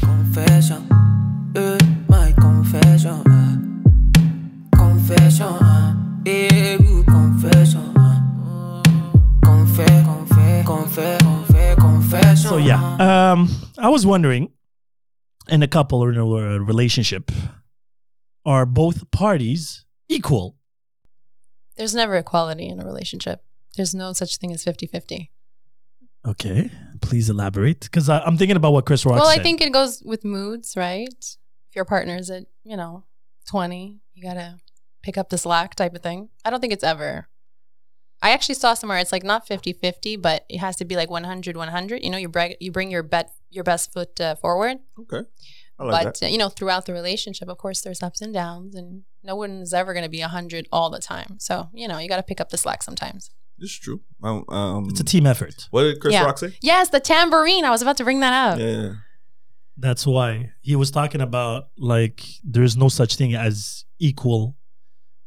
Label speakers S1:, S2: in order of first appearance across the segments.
S1: confession. Uh, my confession. Uh, confession. Uh, yeah, ooh, confession. Uh, confess, confess, confess, confess, confession.
S2: Uh-huh.
S1: eh.
S3: So yeah, um, I was wondering, in a couple or in a relationship, are both parties equal?
S2: There's never equality in a relationship. There's no such thing as 50 50.
S3: Okay, please elaborate, because I'm thinking about what Chris Rock
S2: Well,
S3: said.
S2: I think it goes with moods, right? If your partner's at, you know, 20, you got to pick up the slack type of thing. I don't think it's ever. I actually saw somewhere it's like not 50-50, but it has to be like 100-100. You know, you brag, you bring your bet your best foot uh, forward,
S4: Okay. I like
S2: but uh, you know, throughout the relationship, of course, there's ups and downs, and no one is ever going to be 100 all the time. So you know, you got to pick up the slack sometimes.
S4: that. It's true. Um, um,
S3: it's a team effort.
S4: What did Chris
S2: Yeah. Oh.
S4: Rock say?
S2: Yes, the tambourine. I was about to bring that up.
S4: Yeah.
S3: That's why he was talking about like there's no such thing as equal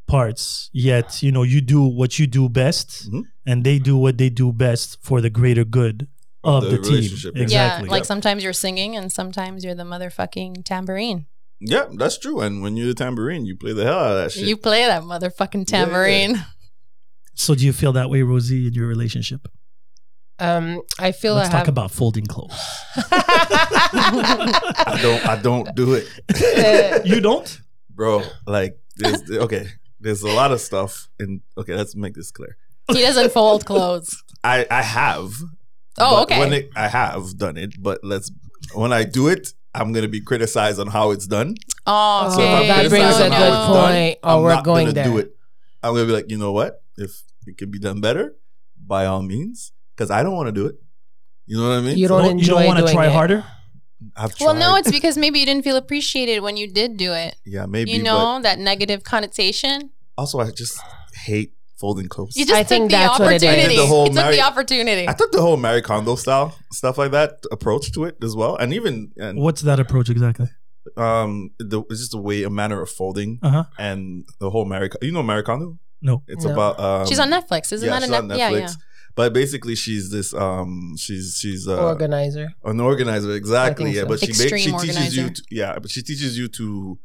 S3: parts. Yet you know you do what you do best,
S4: Mhm.
S3: and they do what they do best for the greater good of
S4: Of the
S3: the, team.
S4: relationship, yeah.
S3: Exactly.
S2: Yeah, like sometimes you're singing and sometimes you're the motherfucking tambourine.
S4: Yeah, that's true. And when you're the tambourine, you play the hell out of that shit.
S2: You play that motherfucking
S4: Yeah, yeah.
S2: tambourine.
S3: so do you feel that way, Rosie, in your relationship?
S5: Um, I feel
S3: Let's
S5: I
S3: talk
S5: have.
S3: about folding clothes.
S4: I don't. I don't do it,
S3: you don't?
S4: bro. Like, there's, okay, there's a lot of stuff, and okay, let's make this clear.
S2: he doesn't fold clothes.
S4: I I have.
S2: Oh,
S4: but
S2: okay.
S4: When it, I have done it, but let's when I do it, I'm gonna be criticized on how it's done.
S2: Oh,
S5: So if I'm
S2: okay.
S5: that brings
S2: so
S5: a
S2: no.
S5: good point. Oh,
S4: I'm
S5: we're
S4: not
S5: going
S4: gonna
S5: there.
S4: Do it. I'm gonna be like, you know what? If it can be done better, by all means, because I don't want to do it. You know what I mean?
S5: You don't
S3: No, you
S5: enjoy
S3: don't want to
S5: doing
S3: try
S5: it.
S3: harder?
S4: I've tried.
S2: Well, no, it's because maybe you didn't feel appreciated when you did do it.
S4: yeah, maybe.
S2: you know that negative connotation.
S4: but also, I just hate folding clothes.
S2: You just
S5: I
S2: took
S5: think
S2: the
S5: that's what it is.
S2: opportunity.
S4: The whole
S2: you took
S4: marri-
S2: the opportunity.
S4: I took the whole Mary Kondo style stuff like that approach to it as well, and even and
S3: What's that approach exactly?
S4: um, the, it's just the way a manner of folding
S3: Uh huh.
S4: and the whole Mary. You know Mary Kondo?
S3: No.
S4: It's
S5: No.
S4: about um,
S2: she's on Netflix, isn't
S4: yeah,
S2: that a
S4: she's on
S2: Netflix? Yeah, yeah.
S4: But basically, she's this um, she's she's uh,
S5: Organizer.
S4: an organizer exactly. Yeah,
S5: so.
S4: but she ba-
S2: Extreme
S4: she teaches you
S2: organizer.
S4: to, yeah, but she teaches you to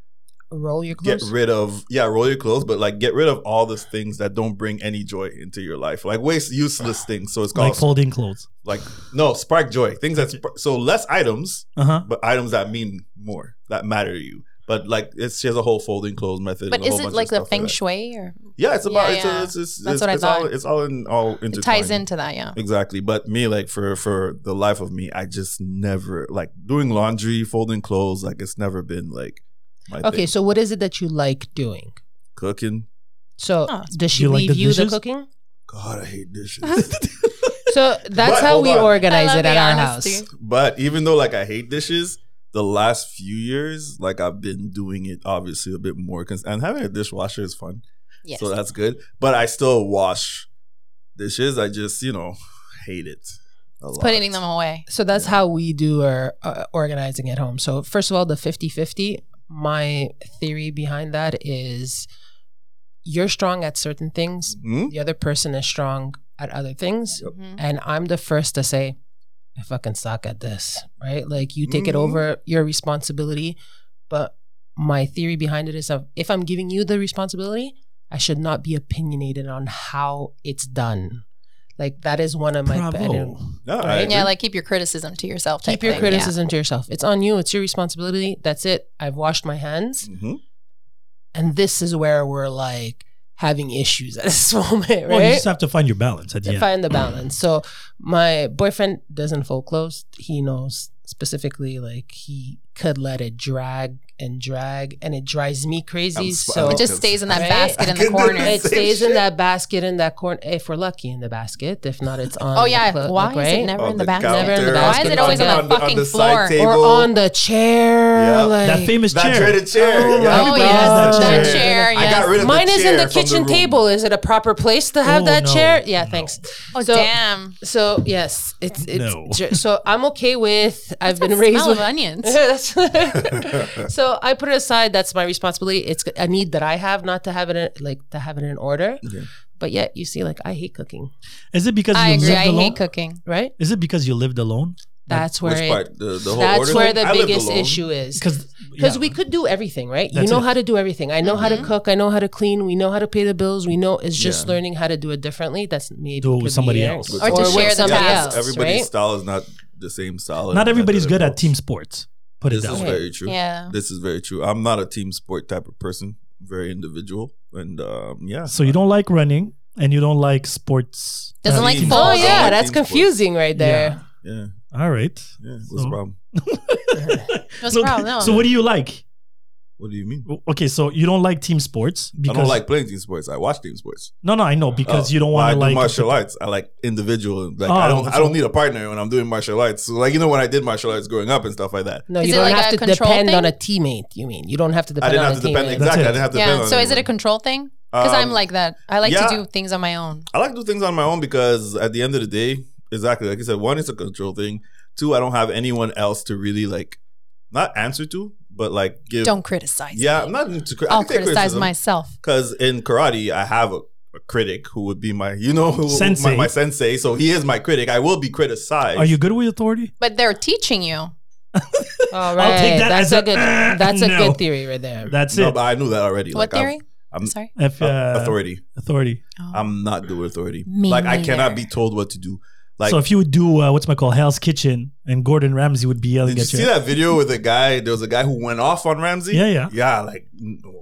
S5: Roll your
S4: get
S5: clothes.
S4: rid of yeah roll your clothes, but like get rid of all the things that don't bring any joy into your life, like waste useless things. So it's called
S3: Like folding clothes.
S4: like no spark joy things that spark so less items
S3: Uh huh.
S4: but items that mean more that matter to you but like it's, she has a whole folding clothes method
S2: But
S4: and a whole
S2: is it
S4: bunch
S2: like
S4: of
S2: the
S4: stuff like
S2: feng
S4: that.
S2: shui or
S4: yeah it's about
S2: Yeah,
S4: it's, a-
S2: yeah.
S4: it's, it's,
S2: That's
S4: it's,
S2: what I
S4: it's all
S2: thought.
S4: it's all in all
S2: it
S4: intertwined.
S2: ties into that? Yeah.
S4: exactly but me like for for the life of me i just never like doing laundry folding clothes like it's never been like my
S5: Okay,
S4: thing.
S5: so what is it that you like doing?
S4: cooking
S5: So
S2: Oh.
S5: does she
S3: You like
S5: leave
S3: the
S5: you the
S3: dishes?
S5: cooking?
S4: god i hate dishes
S5: So that's
S4: But
S5: how
S4: hold
S5: we
S4: on.
S5: organize
S2: I love
S5: it at
S2: the
S5: our
S2: honesty.
S5: house.
S4: But even though like I hate dishes, the last few years, like I've been doing it obviously a bit more cons- and having a dishwasher is fun.
S2: Yes.
S4: So that's good. But I still wash dishes. I just, you know, hate it. A lot.
S2: Putting them away.
S5: So that's how we do our uh, organizing at home. So first of all, the 50-50, my theory behind that is you're strong at certain things,
S4: Hmm?
S5: the other person is strong at other things,
S2: Mhm.
S5: and I'm the first to say, I fucking suck at this, right? Like you take it
S3: Mm-hmm.
S4: Mhm.
S5: over your responsibility. But my theory behind it is of if I'm giving you the responsibility, I should not be opinionated on how it's done. Like that is one of my I
S3: Bravo.
S5: didn't-
S4: No, I
S5: Right?
S4: agree.
S2: Yeah, like keep your criticism to yourself. type
S5: keep your
S2: thing, yeah.
S5: criticism to yourself. It's on you. It's your responsibility. That's it. I've washed my hands,
S4: Mhm.
S5: and this is where we're like having issues at this moment, right?
S3: Well, you just have to find your balance at the
S5: to
S3: end.
S5: find the balance. So my boyfriend doesn't fold clothes. He knows specifically like he could let it drag and drag and it drives me crazy.
S4: I'm sp-
S5: so
S2: It just stays in that
S5: Right?
S2: basket in
S4: I
S2: the
S4: couldn't
S2: corner.
S4: even
S5: it
S4: say
S5: stays
S4: shit.
S5: in that basket in that corner if we're lucky in the basket. If not, it's on
S2: Oh
S5: the
S2: yeah,
S5: clo-
S2: why
S5: like, right?
S2: is it never
S4: On
S2: in
S4: the
S2: the basket?
S4: counter,
S5: Never in the
S2: Why is
S5: basket.
S2: it always on,
S5: On
S2: the
S4: the- on
S2: fucking
S4: the side
S2: floor?
S4: table.
S5: or on the chair?
S4: Yeah.
S5: like-
S3: that famous
S4: That
S3: chair.
S4: dreaded chair.
S5: Oh
S4: Yeah.
S5: my
S2: Oh
S3: Everybody
S2: yes,
S3: has
S2: that
S3: that
S2: chair.
S5: chair.
S2: yes.
S4: I got rid of
S5: Mine
S4: the
S5: is
S4: chair
S5: in the
S4: from
S5: kitchen
S4: room.
S5: table. Is it a proper place to have
S3: Oh,
S5: that
S3: no.
S5: chair? Yeah,
S3: No.
S5: thanks.
S2: oh
S5: So-
S2: damn!
S5: So yes, it's it's
S3: No.
S5: ju- so I'm okay with I've
S2: That
S5: been raised
S2: smell
S5: with
S2: of onions.
S5: That's- so I put it aside. That's my responsibility. It's a need that I have not to have it in, like to have it in order.
S4: Yeah.
S5: But yet you see, like I hate cooking,
S3: Is it because
S2: I
S3: you
S2: agree.
S3: lived
S2: I
S3: alone?
S2: hate cooking.
S5: right?
S3: Is it because you lived alone?
S5: That's where
S4: Which
S5: it,
S4: part? The, the whole
S5: that's
S4: order
S5: where
S4: thing?
S5: the
S4: I lived
S5: biggest
S4: alone.
S5: issue is.
S3: Because
S5: Because we could do everything, right?
S3: That's
S5: you know
S3: it.
S5: how to do everything. I know how to
S2: Mhm.
S5: cook. I know how to clean. We know how to pay the bills. We know it's just
S4: Mm-hmm. Yeah.
S5: learning how to do it differently. That's maybe
S3: Do it with
S5: could be
S3: somebody
S5: it.
S3: else.
S4: With
S2: Or to
S4: somebody
S2: share
S4: else.
S2: the
S4: Yeah, 'cause
S2: tasks,
S4: Everybody's
S5: right?
S4: style is not the same style.
S3: not everybody's good at team
S4: teams.
S3: sports. Put it
S4: This
S3: that
S4: is
S3: way.
S4: very true.
S2: Yeah.
S4: This is very true. I'm not a team sport type of person. Very individual, and um, yeah.
S3: So you don't like running and you don't like sports.
S2: Doesn't
S3: uh,
S2: like
S3: team
S2: football.
S5: Oh
S4: Oh,
S3: sports.
S5: yeah,
S4: yeah,
S5: that's
S4: team sports.
S5: confusing right there.
S4: Yeah,
S3: All right.
S4: yeah. What's the
S3: So-
S4: problem?
S2: What's
S3: so,
S2: the problem? No.
S3: so what do you like?
S4: What do you mean?
S3: Okay, so you don't like team sports because
S4: I don't like playing team sports. I watch team sports
S3: No, no, I know because
S4: Oh,
S3: you don't
S4: well, I
S3: want
S4: do
S3: to like
S4: martial arts. I like individual. Like
S3: Oh,
S4: I don't. I
S3: so-
S4: don't need a partner when I'm doing martial arts. So like you know when I did martial arts growing up and stuff like that.
S5: No,
S2: Is
S5: you
S2: it
S5: don't
S2: like
S5: have
S2: a
S5: to
S2: control
S5: depend
S2: thing?
S5: on a teammate. You mean you don't have to
S4: I
S5: depend
S4: didn't
S5: on
S4: have to
S5: a teammate?
S4: depend
S3: That's
S4: exactly.
S3: it.
S4: I didn't have to depend
S2: yeah.
S4: on.
S2: So is it a
S4: anyone.
S2: control thing? Because I'm
S4: Um,
S2: like that. I like
S4: yeah.
S2: to do things on my own.
S4: I like to do things on my own because at the end of the day, exactly like you said, one it's a control thing. Two, I don't have anyone else to really like not answer to, but like give.
S2: Don't criticize.
S4: yeah,
S2: me.
S4: I'm not into. cri- I
S2: I'll
S4: can take
S2: criticize
S4: criticism.
S2: myself.
S4: Because in karate, I have a, a critic who would be my, you know, who,
S3: Sensei.
S4: My, my sensei. So he is my critic. I will be criticized.
S3: Are you good with authority?
S2: But they're teaching you.
S5: All right,
S3: I'll take that as
S5: that's a,
S3: a,
S5: good.
S3: uh,
S5: that's a
S3: no.
S5: good theory right there.
S3: That's
S4: No,
S3: it.
S4: but I knew that already.
S2: what
S4: Like, I'm-
S2: theory?
S4: I'm,
S2: I'm sorry.
S3: F, uh,
S4: uh, authority.
S3: Authority.
S2: Oh.
S4: I'm not good with authority.
S2: Me
S4: like I
S2: neither.
S4: cannot be told what to do. Like
S3: so if you would do uh, what's my call Hell's Kitchen and Gordon Ramsay would be yelling
S4: Did you
S3: at you.
S4: see that video with a guy? There was a guy who went off on Ramsey.
S3: Yeah, yeah.
S4: yeah. Like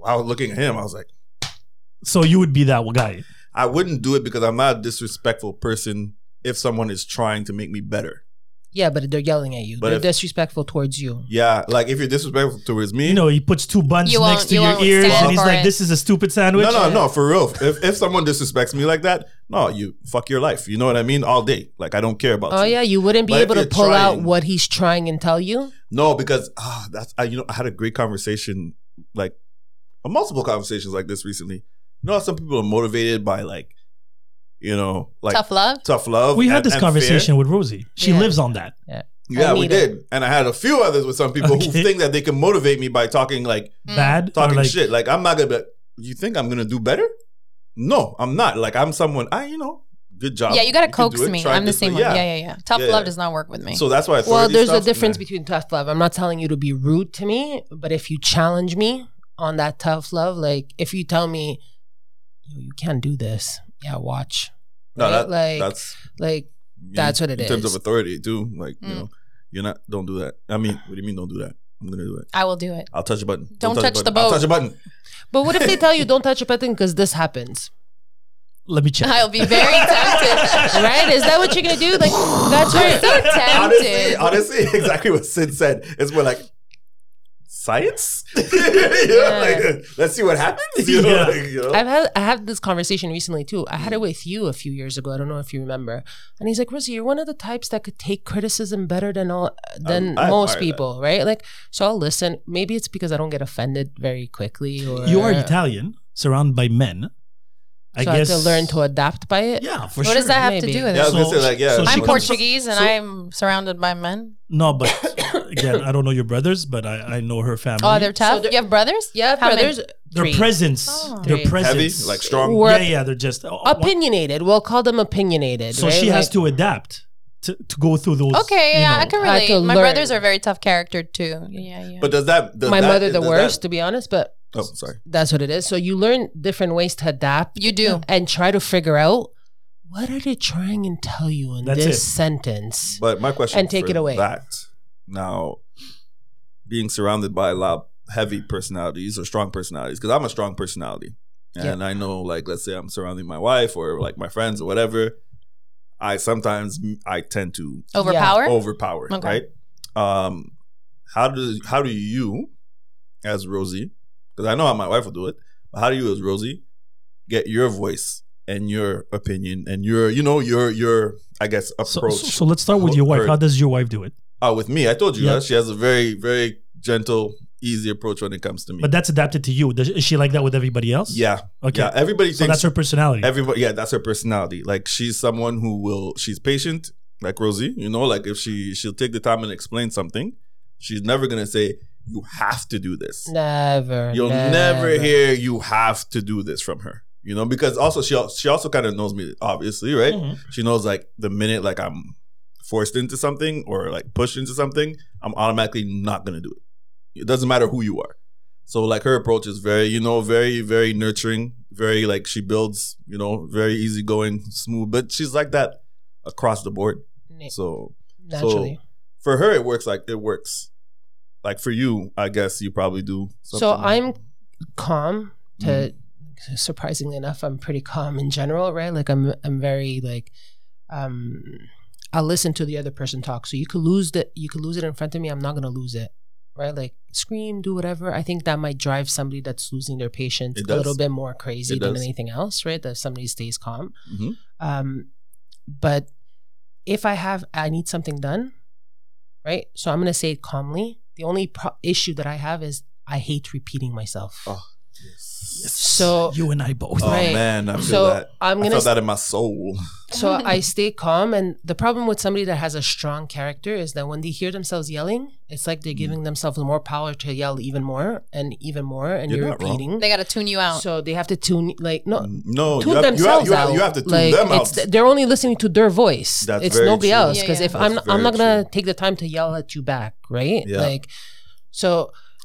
S4: I was looking at him, I was like,
S3: So you would be that guy.
S4: I wouldn't do it because I'm not a disrespectful person. If someone is trying to make me better,
S5: Yeah, but they're yelling at you.
S4: But
S5: they're
S4: if-
S5: disrespectful towards you.
S4: yeah. Like if you're disrespectful towards me,
S3: You know, he puts two buns
S2: You won't-
S3: next to
S2: you
S3: your
S2: won't
S3: ears
S2: stand
S3: and he's
S2: for
S3: like,
S2: it.
S3: "This is a stupid sandwich."
S4: no, no, no, for real. If if someone disrespects me like that, no, you fuck your life. You know what I mean? All day. Like I don't care about.
S5: Oh
S4: you.
S5: yeah, you wouldn't be
S4: But if
S5: able to
S4: you're
S5: pull out
S4: trying-
S5: what he's trying and tell you.
S4: No, because ah, that's I, you know I had a great conversation, like uh, multiple conversations like this recently. You know, how some people are motivated by like, you know, like
S2: Tough love.
S4: tough love.
S3: We
S4: and-
S3: had this
S4: and fear.
S3: conversation with Rosie. She
S5: Yeah.
S3: lives on that.
S4: Yeah,
S5: I
S4: we
S5: need
S4: did, and I had a few others with some people
S3: Okay.
S4: who think that they can motivate me by talking like
S2: Mm.
S3: Bad
S4: talking
S3: or like
S4: shit. Like I'm not gonna. be like, You think I'm gonna do better? No, I'm not. Like I'm someone. I you know, good job.
S2: Yeah, you gotta
S4: can
S2: coax
S4: do it.
S2: me.
S4: Try
S2: I'm the
S4: this way.
S2: same one. Yeah, yeah, yeah. Tough
S4: Yeah,
S2: love
S4: yeah.
S2: does not work with me.
S4: So that's why.
S5: Well,
S4: authority
S5: there's a
S4: stuff-
S5: difference
S4: Nah.
S5: between tough love. I'm not telling you to be rude to me, but if you challenge me on that tough love, like if you tell me, yo, you can't do this. Yeah, watch.
S4: No,
S5: right?
S4: that,
S5: like,
S4: that's
S5: like
S4: mean,
S5: That's what it
S4: in terms
S5: is.
S4: of authority too. Like you
S2: Mm.
S4: know, you're not. Don't do that. I mean, what do you mean? Don't do that. I'm gonna do it.
S2: I will do it.
S4: I'll touch a button.
S2: Don't touch
S4: a
S2: the
S4: button. I'll
S2: boat.
S4: touch a button.
S5: But what if they tell you don't touch a button because this happens?
S3: Let me check.
S2: I'll be very tempted.
S5: Right? Is that what you're gonna do? Like that's
S2: I'm
S5: right.
S2: so
S4: Honestly,
S2: tempted.
S4: honestly, exactly what Sid said. It's more like science. You know,
S5: Yeah.
S4: like, let's see what happens. You know,
S3: Yeah.
S4: like, you
S2: Oh.
S4: know?
S5: I've had I had this conversation recently too. I
S2: Mm.
S5: had it with you a few years ago. I don't know if you remember. And he's like, Rosie, you're one of the types that could take criticism better than all than
S4: I
S5: most
S4: admire
S5: people, right? Like, so I'll listen. Maybe it's because I don't get offended very quickly. Or
S3: you are Italian, surrounded by men. I
S5: so I,
S3: guess
S5: have to learn to adapt by it.
S3: Yeah, for
S2: What
S3: sure.
S2: does that have
S5: maybe.
S2: to do with
S4: Yeah, I
S2: it?
S4: was gonna say, like, yeah,
S3: she
S2: I'm
S3: comes from-
S2: Portuguese and
S3: so-
S2: I'm surrounded by men.
S3: No, but again, I don't know your brothers, but I, I know her family.
S2: Oh, they're tough.
S5: So they're-
S2: you have brothers?
S5: Yeah,
S2: How many?
S5: brothers.
S3: their
S5: three.
S3: presence,
S2: Oh.
S3: their
S5: Three.
S4: Heavy,
S3: presence,
S4: like strong.
S5: We're-
S3: Yeah, yeah, they're just oh, oh,
S5: opinionated. We'll call them opinionated.
S3: So
S5: right?
S3: she has
S5: Like-
S3: to adapt to, to go through those.
S2: Okay,
S3: you
S2: yeah, I
S3: know.
S2: can
S5: I had
S2: relate.
S5: to
S2: My
S5: learn.
S2: brothers are very tough character too. Yeah, yeah.
S4: But does that does
S5: my
S4: that-
S5: mother the
S4: does that-
S5: worst, to be honest, but
S4: oh, sorry.
S5: that's what it is. So you learn different ways to adapt
S2: you do.
S5: and try to figure out what are they trying and tell you in
S3: That's
S5: this
S3: it.
S5: sentence.
S4: But my question
S5: And take
S4: for
S5: it away.
S4: That now being surrounded by a lot of heavy personalities or strong personalities, because I'm a strong personality. And I know, like, let's say I'm surrounding my wife or like my friends or whatever. I sometimes I tend to
S2: Overpower?
S4: Oh. overpower,
S2: Okay.
S4: right? Um, how does how do you, as Rosie, because I know how my wife will do it, but how do you, as Rosie, get your voice and your opinion and your you know your your I guess
S3: So,
S4: approach?
S3: so- so let's start with your wife.
S4: Or-
S3: How does your wife do it?
S4: Oh, with me, I told you
S3: Yeah.
S4: huh? she has a very very gentle, easy approach when it comes to me.
S3: But that's adapted to you. Does, is she like that with everybody else?
S4: yeah,
S3: Okay.
S4: yeah. Everybody
S3: so
S4: thinks
S3: that's her personality.
S4: everybody yeah that's her personality like she's someone who will she's patient like rosie you know like if she she'll take the time and explain something she's never gonna say you have to do this
S5: Never.
S4: you'll never. hear you have to do this from her you know
S5: Mm-hmm.
S4: because also she al- she also kind of knows me obviously right
S3: Mhm.
S4: she knows like the minute like i'm forced into something or like pushed into something, I'm automatically not gonna do it. It doesn't matter who you are. So like her approach is very, you know, very, very nurturing, very like she builds, you know, very easygoing, smooth. But she's like that across the board.
S5: Na-
S4: So
S5: naturally.
S4: so for her it works like it works. Like for you, I guess you probably do.
S5: So,
S4: something.
S5: I'm calm
S4: Mm.
S5: to surprisingly enough, I'm pretty calm in general, right? Like I'm I'm very like um I'll listen to the other person talk. So you could lose the you could lose it in front of me, I'm not gonna lose it. Right? Like scream, do whatever. I think that might drive somebody that's losing their patience
S4: It
S5: a
S4: does.
S5: little bit more crazy
S4: It
S5: than
S4: does.
S5: anything else, right? That if somebody stays calm.
S4: Mhm.
S5: Um but if I have I need something done, right? So I'm gonna say it calmly. The only pro- issue that I have is I hate repeating myself.
S4: Oh, yes.
S5: So
S3: you and I both.
S4: Oh
S5: Right.
S4: man, I feel
S5: so
S4: that.
S5: I'm
S4: I
S5: gonna
S4: felt that in my soul.
S5: so I stay calm. And the problem with somebody that has a strong character is that when they hear themselves yelling, it's like
S4: Mm.
S5: they're giving themselves more power to yell even more and even more, and
S4: You're
S5: you're,
S4: not wrong.
S5: repeating.
S2: They got to tune you out.
S5: So they have to tune like no.
S4: Mm, No,
S5: Tune
S4: you have, you, have,
S5: themselves
S4: you, have,
S5: out.
S4: you have to tune
S5: like,
S4: them out.
S5: it's, They're only listening to their voice.
S4: That's
S5: it's
S4: very
S5: nobody
S4: true.
S5: else
S2: Yeah,
S5: because
S2: yeah.
S5: if I'm
S4: That's
S5: I'm not
S4: very
S5: gonna
S4: true.
S5: take the time to yell at you back, right?
S4: Yeah.
S5: Like, so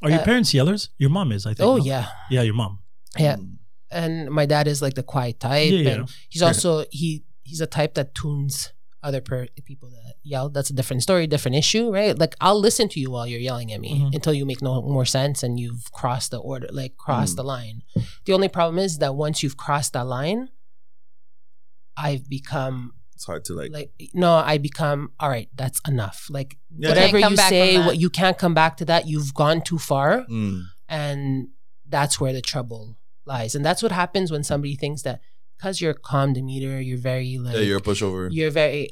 S3: Are your
S5: Uh,
S3: parents yellers? Your mom is, I think.
S5: oh
S3: no?
S5: yeah,
S3: Yeah, your mom.
S5: yeah.
S4: Mm.
S5: And my dad is like the quiet type,
S3: Yeah, yeah.
S5: and he's also he he's a type that tunes other per- people that yell. That's a different story, different issue, right? Like I'll listen to you while you're yelling at me
S4: Mm-hmm.
S3: Mhm.
S5: until you make no more sense and you've crossed the order, like crossed
S4: Mm.
S5: the line. The only problem is that once you've crossed that line, I've become
S4: It's hard to like.
S5: like no, I become all right. That's enough. Like
S4: Yeah.
S5: whatever
S2: Can't come
S5: you
S2: back
S5: say,
S2: from that.
S5: what you can't come back to that. You've gone too far
S4: Mm.
S5: and that's where the trouble lies and that's what happens when somebody thinks that because you're calm demeanor you're very like
S4: yeah, you're a pushover.
S5: you're very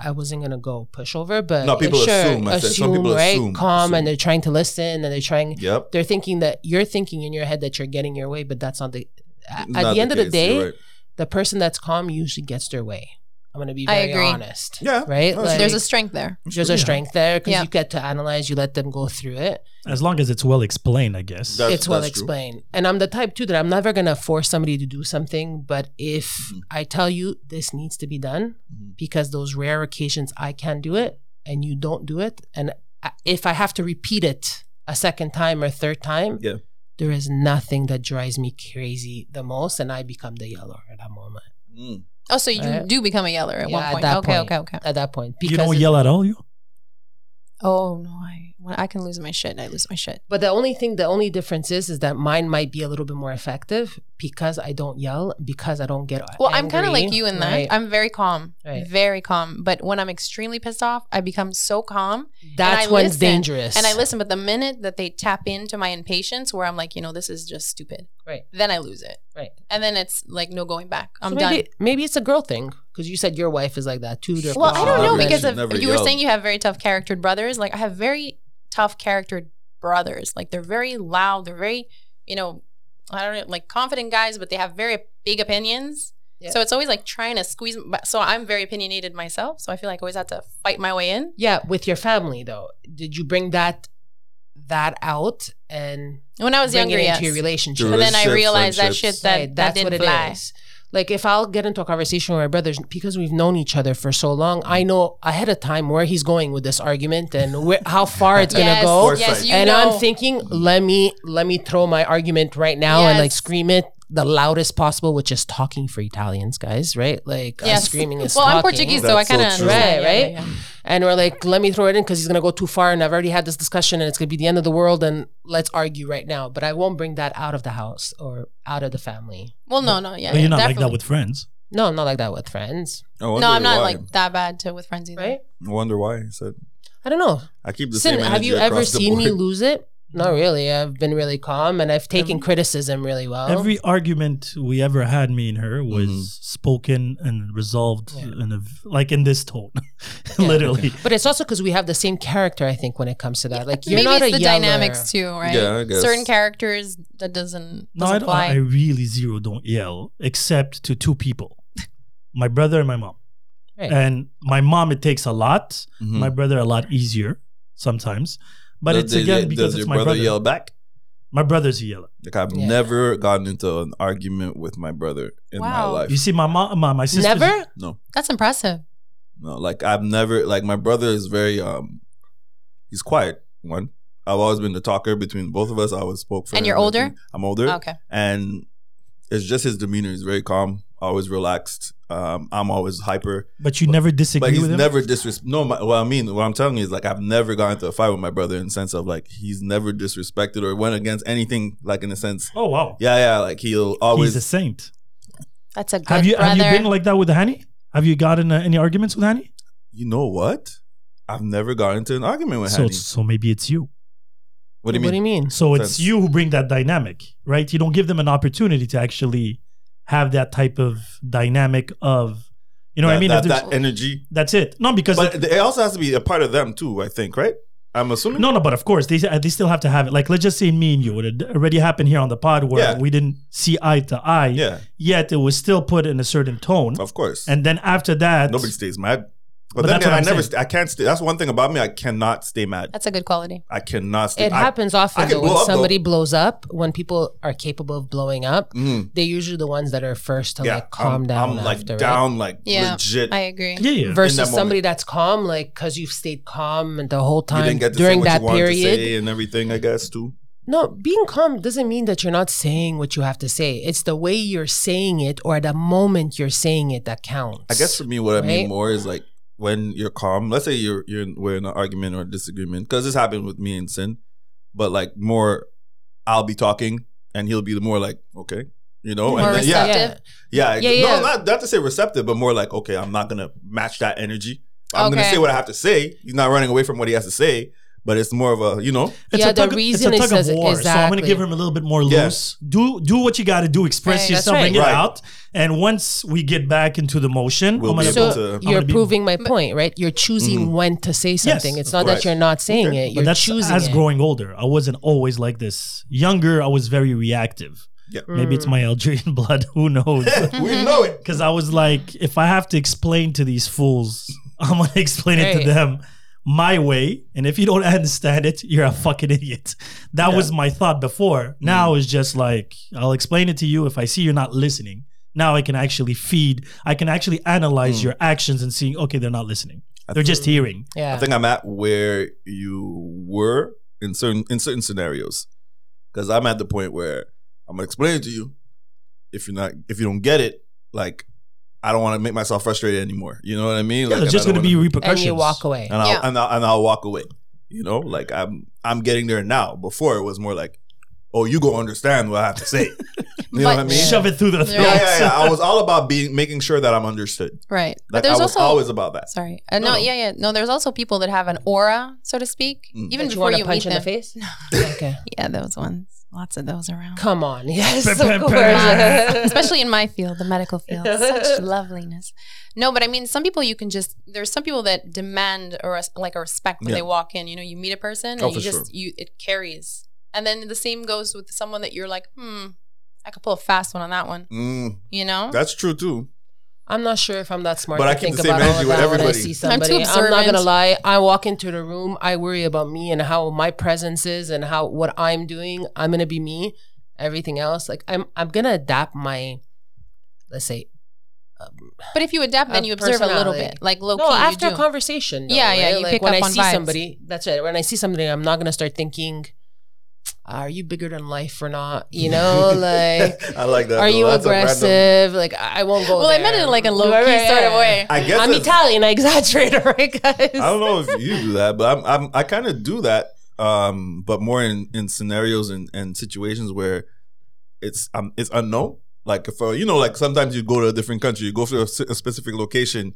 S5: i wasn't gonna go pushover but
S4: No, people
S5: sure,
S4: assume, I said. Some people
S5: right
S4: assume,
S5: calm
S4: assume.
S5: and they're trying to listen and they're trying
S4: Yep.
S5: they're thinking that you're thinking in your head that you're getting your way but that's not the at
S4: Not
S5: the end of the
S4: case, you're
S5: day
S4: right.
S5: the person that's calm usually gets their way i'm gonna be
S2: I
S5: very
S2: agree.
S5: honest
S4: Yeah, Oh,
S5: right
S4: that's
S5: like,
S2: There's a strength there.
S5: there's a
S3: Yeah.
S5: strength there because
S2: Yeah.
S5: you get to analyze you let them go through it
S3: As long as it's well explained, I guess.
S4: That's-
S5: it's well
S4: that's true.
S5: explained. And I'm the type too that I'm never gonna force somebody to do something, but if
S4: Mm-hmm.
S5: I tell you this needs to be done
S4: Mhm.
S5: because those rare occasions I can do it and you don't do it, and I- if I have to repeat it a second time or third time,
S4: Yeah.
S5: there is nothing that drives me crazy the most, and I become the yeller at that moment.
S4: Mm.
S2: Oh, so you
S5: Right.
S2: do become a yeller at
S5: Yeah,
S2: one
S5: at
S2: point.
S5: that
S2: okay,
S5: point.
S2: okay, okay.
S5: At that point,
S3: you don't
S5: it-
S3: yell at all, you?
S2: Oh no, I when I can lose my shit. I lose my shit.
S5: But the only thing, the only difference is, is that mine might be a little bit more effective because I don't yell, because I don't get.
S2: Well, I'm kind of
S5: angry,
S2: like you in that.
S5: right?
S2: I'm very calm,
S5: Right.
S2: very calm. But when I'm extremely pissed off, I become so calm
S5: That's
S2: I
S5: when it's
S2: listen,
S5: dangerous.
S2: and I listen. But the minute that they tap into my impatience, where I'm like, you know, this is just stupid,
S5: Right,
S2: then I lose it,
S5: right.
S2: and then it's like no going back. I'm
S5: So
S2: done.
S5: maybe, Maybe it's a girl thing because you said your wife is like that too. They're
S2: Well, I
S5: calm.
S2: don't know
S4: Never-
S2: because
S4: should
S2: of,
S4: never
S2: you were
S4: yell.
S2: saying you have very tough charactered brothers. Like I have very tough charactered brothers. Like they're very loud. They're very, you know, I don't know, like confident guys, but they have very big opinions.
S5: Yeah.
S2: So it's always like trying to squeeze. but- So I'm very opinionated myself. So I feel like I always have to fight my way in.
S5: yeah, with your family though, did you bring that that out and
S2: When I was
S5: bring
S2: younger,
S5: it into
S2: yes.
S5: your relationship?
S4: Sure.
S2: But then I
S4: Relationships,
S2: realized that
S4: friendships.
S2: shit that
S5: Right,
S2: that
S5: that's
S2: didn't
S5: what it is.
S2: fly.
S5: Like if I'll get into a conversation with my brothers because we've known each other for so long, I know ahead of time where he's going with this argument and where, how far it's
S2: yes,
S5: gonna go.
S4: Foresight.
S2: yes, you
S5: and
S2: know.
S5: I'm thinking, let me let me throw my argument right now and like
S2: Yes.
S5: scream it the loudest possible, which is talking for Italians, guys, right? Like
S2: Yes.
S5: us screaming is
S2: Well,
S5: talking.
S2: I'm Portuguese, so I
S4: That's so
S2: kind of
S4: true.
S2: understand. Yeah,
S5: Right, right?
S2: yeah, yeah.
S5: And we're like, let me throw it in because he's gonna go too far, and I've already had this discussion, and it's gonna be the end of the world. And let's argue right now, but I won't bring that out of the house or out of the family.
S2: Well, no, no, yeah.
S3: but you're not
S2: definitely.
S3: like that with friends.
S5: No, I'm not like that with friends,
S4: I
S2: No,
S4: wonder
S2: I'm not
S4: why.
S2: like that bad to with friends either.
S5: right?
S4: I wonder why. I said
S5: I don't know.
S4: I keep the
S5: Sin,
S4: same.
S5: have
S4: energy
S5: you ever
S4: across the
S5: seen me
S4: board.
S5: lose it? Not really. I've been really calm, and I've taken
S3: Every-
S5: criticism really well.
S3: Every argument we ever had, me and her, was
S4: Mhm.
S3: spoken and resolved
S5: Yeah.
S3: in a v like in this tone,
S5: Yeah.
S3: literally.
S5: But it's also because we have the same character, I think, when it comes to that. Like you're
S2: Maybe
S5: not
S2: it's
S5: a
S2: the
S5: yeller.
S2: dynamics too, right?
S4: Yeah, I guess.
S2: Certain characters that doesn't,
S3: No, I,
S2: doesn't
S3: don't-
S2: fly.
S3: I really zero don't yell except to two people, my brother and my mom.
S5: Right.
S3: And my mom, it takes a lot.
S4: Mhm.
S3: My brother, a lot easier sometimes. But
S4: Does
S3: it's
S4: the-
S3: again
S4: does
S3: because
S4: your
S3: it's my brother.
S4: yell back.
S3: My brother's a yeller.
S4: Like I've
S5: Yeah.
S4: never gotten into an argument with my brother in my
S2: Wow.
S4: life.
S3: You see, my mom, my, my sister.
S5: Never?
S4: no,
S2: That's impressive.
S4: No, like I've never like my brother is very um he's quiet one. I've always been the talker between both of us. I always spoke for
S2: And
S4: him
S2: you're
S4: everything.
S2: older?
S4: I'm older.
S2: Okay.
S4: And it's just his demeanor. He's very calm, always relaxed. Um, I'm always hyper.
S3: But you never disagree
S4: But he's
S3: with him.
S4: never disrespect. No, my, what I mean, what I'm telling you is like I've never gotten into a fight with my brother in the sense of like he's never disrespected or went against anything. Like in the sense,
S3: oh wow,
S4: yeah, yeah, like he'll always.
S3: he's a saint.
S2: That's a good
S3: Have you
S2: brother.
S3: have you been like that with Hani? Have you gotten uh, any arguments with Hani?
S4: you know what? I've never gotten into an argument with
S3: So
S4: him.
S3: so maybe it's you.
S4: What do you
S5: What do
S4: mean?
S5: you mean?
S3: So it's
S4: That's-
S3: you who bring that dynamic, right? You don't give them an opportunity to actually have that type of dynamic of, you know what I
S4: That-
S3: mean? If
S4: That,
S3: there's-
S4: that energy.
S3: that's it. No, because
S4: But it also has to be a part of them too. I think, right? I'm assuming.
S3: No, no, but of course they they still have to have it. Like let's just say me and you, it already happened here on the pod where
S4: Yeah.
S3: we didn't see eye to eye.
S4: Yeah,
S3: Yet it was still put in a certain tone,
S4: of course.
S3: and then after that,
S4: Nobody stays mad.
S3: But
S4: But, then
S3: that's what
S4: again, I
S3: I'm
S4: never,
S3: saying.
S4: st- I can't stay. That's one thing about me. I cannot stay mad.
S2: That's a good quality.
S4: I cannot stay.
S5: It
S4: I-
S5: happens often
S4: I can
S5: though, when
S4: blow up, though.
S5: somebody blows up, when people are capable of blowing up,
S4: Mm,
S5: they're usually the ones that are first to
S4: yeah,
S5: like calm
S4: I'm,
S5: down.
S4: I'm like
S5: after, right?
S4: down, like
S2: Yeah,
S4: legit.
S2: I agree.
S3: yeah, yeah.
S5: Versus
S4: that moment.
S5: somebody that's calm, like because you've stayed calm and the whole
S4: you
S5: time
S4: didn't get to say
S5: during
S4: what
S5: that
S4: you wanted to
S5: period.
S4: say and everything. I guess too.
S5: No, being calm doesn't mean that you're not saying what you have to say. It's the way you're saying it or the moment you're saying it that counts.
S4: I guess for me, what I
S5: Right?
S4: mean more is like when you're calm. Let's say you're you're in, we're in an argument or a disagreement because this happened with me and Sin, but like more, I'll be talking and he'll be the more like okay, you know,
S2: More
S4: and then, yeah,
S2: receptive.
S4: Yeah, I-
S2: Yeah, yeah.
S4: no, not not to say receptive, but more like, okay, I'm not gonna match that energy. I'm
S2: Okay.
S4: gonna say what I have to say. He's not running away from what he has to say, but it's more of a, you know,
S5: Yeah,
S3: a
S5: the
S3: tug,
S5: reason
S3: it's
S5: it
S3: a tug
S5: says-
S3: of war. So I'm gonna
S5: exactly.
S3: give him a little bit more
S4: Yeah.
S3: loose. Do do what you got to do. Express
S2: Right, that's
S3: yourself. Bring it
S4: right. Right.
S3: out. And once we get back into the motion,
S4: We'll
S3: I'm
S4: be
S3: gonna go.
S4: able to-
S5: So
S4: I'm
S5: you're
S3: gonna be-
S5: proving my point, right? You're choosing when to say something. it's not that
S4: course.
S5: you're not saying
S4: Okay.
S5: it.
S3: But
S5: You're
S3: that's
S5: choosing
S3: as
S5: it.
S3: growing older. I wasn't always like this. Younger, I was very reactive.
S4: Yeah.
S5: Mm.
S3: Maybe it's my Algerian blood. Who knows?
S2: Mm-hmm.
S4: we know it.
S3: Because I was like, if I have to explain to these fools, I'm gonna explain it
S5: Right.
S3: to them my way. And if you don't understand it, you're a fucking idiot. That was my thought before. Now
S5: Mm.
S3: it's just like I'll explain it to you. If I see you're not listening, now I can actually feed. I can actually
S4: Mm.
S3: analyze your actions and seeing. Okay, they're not listening. They're just hearing.
S5: Yeah.
S4: I think I'm at where you were in certain in certain scenarios, because I'm at the point where I'm gonna explain it to you. If you're not, if you don't get it, like, I don't want to make myself frustrated anymore. You know what I mean?
S3: Yeah,
S4: like,
S3: there's
S4: and
S3: just
S4: I don't
S3: gonna be
S4: wanna-
S3: repercussions.
S5: and you walk away.
S4: and I'll,
S2: Yeah.
S4: and I'll and I'll walk away. You know, like I'm I'm getting there now. Before it was more like, oh, you go understand what I have to say. you know what I mean?
S3: Shove it through the throat.
S2: Yeah.
S4: Yeah, yeah, yeah. I was all about being making sure that I'm understood.
S2: Right.
S4: Like
S2: but there's
S4: I was
S2: also
S4: always about that.
S2: sorry. Uh, no,
S4: No, no.
S2: yeah, yeah. No, there's also people that have an aura, so to speak.
S4: Mm.
S2: Even
S5: That
S2: before
S5: wanna
S2: you meet
S5: punch in
S2: them.
S5: the face? okay.
S2: Yeah, those ones. Lots of those around.
S5: Come on. Yes.
S3: Pam, pam,
S5: of
S3: pam.
S5: course.
S2: Especially in my field, the medical field. Such loveliness. No, but I mean some people you can just there's some people that demand or like a respect when
S4: Yeah.
S2: they walk in. You know, you meet a person and
S4: Oh,
S2: you
S4: for
S2: just you it carries. And then the same goes with someone that you're like, hmm, I could pull a fast one on that one.
S4: Mm,
S2: You know?
S4: that's true too.
S5: I'm not sure if I'm that smart.
S4: But
S5: to
S4: I keep
S5: think
S4: the same
S5: about all
S4: energy
S5: of
S4: with
S5: that when I
S4: everybody.
S5: see
S2: I'm too
S5: somebody. I'm, not gonna
S2: observant.
S5: lie. I walk into the room. I worry about me and how my presence is and how what I'm doing. I'm gonna be me. Everything else, like I'm, I'm gonna adapt my, let's say,
S2: But if you adapt, then
S5: Of
S2: you observe a little
S5: personality.
S2: bit, like low
S5: no,
S2: key.
S5: after
S2: you
S5: a
S2: do.
S5: conversation. though,
S2: Yeah, yeah,
S5: right?
S2: you
S5: like
S2: pick
S5: when
S2: up
S5: I
S2: on
S5: see
S2: vibes.
S5: somebody. That's right. When I see somebody, I'm not gonna start thinking, are you bigger than life or not? You know, like.
S4: I like that.
S5: Are
S4: though.
S5: you
S4: That's a random-
S5: aggressive? Like I I won't go.
S2: well, I meant it
S5: there.
S2: in like a low key
S5: Right, right,
S2: sort of
S5: yeah.
S2: way.
S4: I guess
S5: I'm
S4: it's-
S5: Italian. I exaggerate, all right, guys?
S4: I don't know if you do that, but I'm, I'm I kind of do that, um, but more in, in scenarios and, and situations where it's um it's unknown. Like for you know, like sometimes you go to a different country, you go to a, s- a specific location.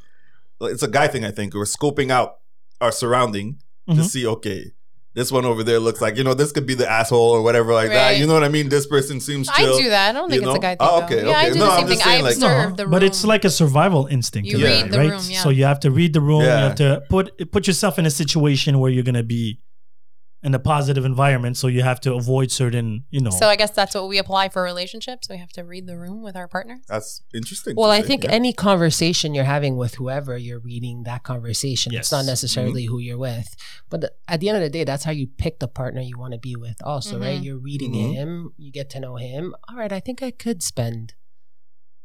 S4: Like, It's a guy thing, I think. We're scoping out our surrounding to
S3: Mhm.
S4: see, okay, this one over there looks like you know this could be the asshole or whatever like that.
S2: Right.
S4: You know what I mean? This person seems chill.
S2: I do that. I don't
S4: you
S2: think it's a
S4: know?
S2: guy thing.
S4: Oh,
S2: though.
S4: okay,
S2: Yeah, I
S4: okay.
S2: do
S4: No,
S2: the
S4: I'm
S2: same thing.
S4: just
S2: I
S4: saying, like- uh-huh.
S2: observe
S3: No,
S2: the room.
S3: But it's like a survival instinct.
S2: You
S3: in a
S4: read
S3: way,
S2: the
S3: right?
S2: room, yeah.
S3: So you have to read the room. You
S4: Yeah.
S3: have to put put yourself in a situation where you're gonna be in a positive environment. So you have to avoid certain, you know.
S2: so. I guess that's what we apply for relationships. We have to read the room with our partners.
S4: That's interesting. to
S5: Well, I
S4: say,
S5: think
S4: yeah.
S5: any conversation you're having with whoever, you're reading that conversation.
S3: Yes.
S5: It's not necessarily
S4: Mm-hmm.
S5: who you're with. But the, at the end of the day, that's how you pick the partner you want to be with, also, right?
S2: Mhm.
S5: You're reading
S4: Mhm.
S5: him, you get to know him. All right, I think I could spend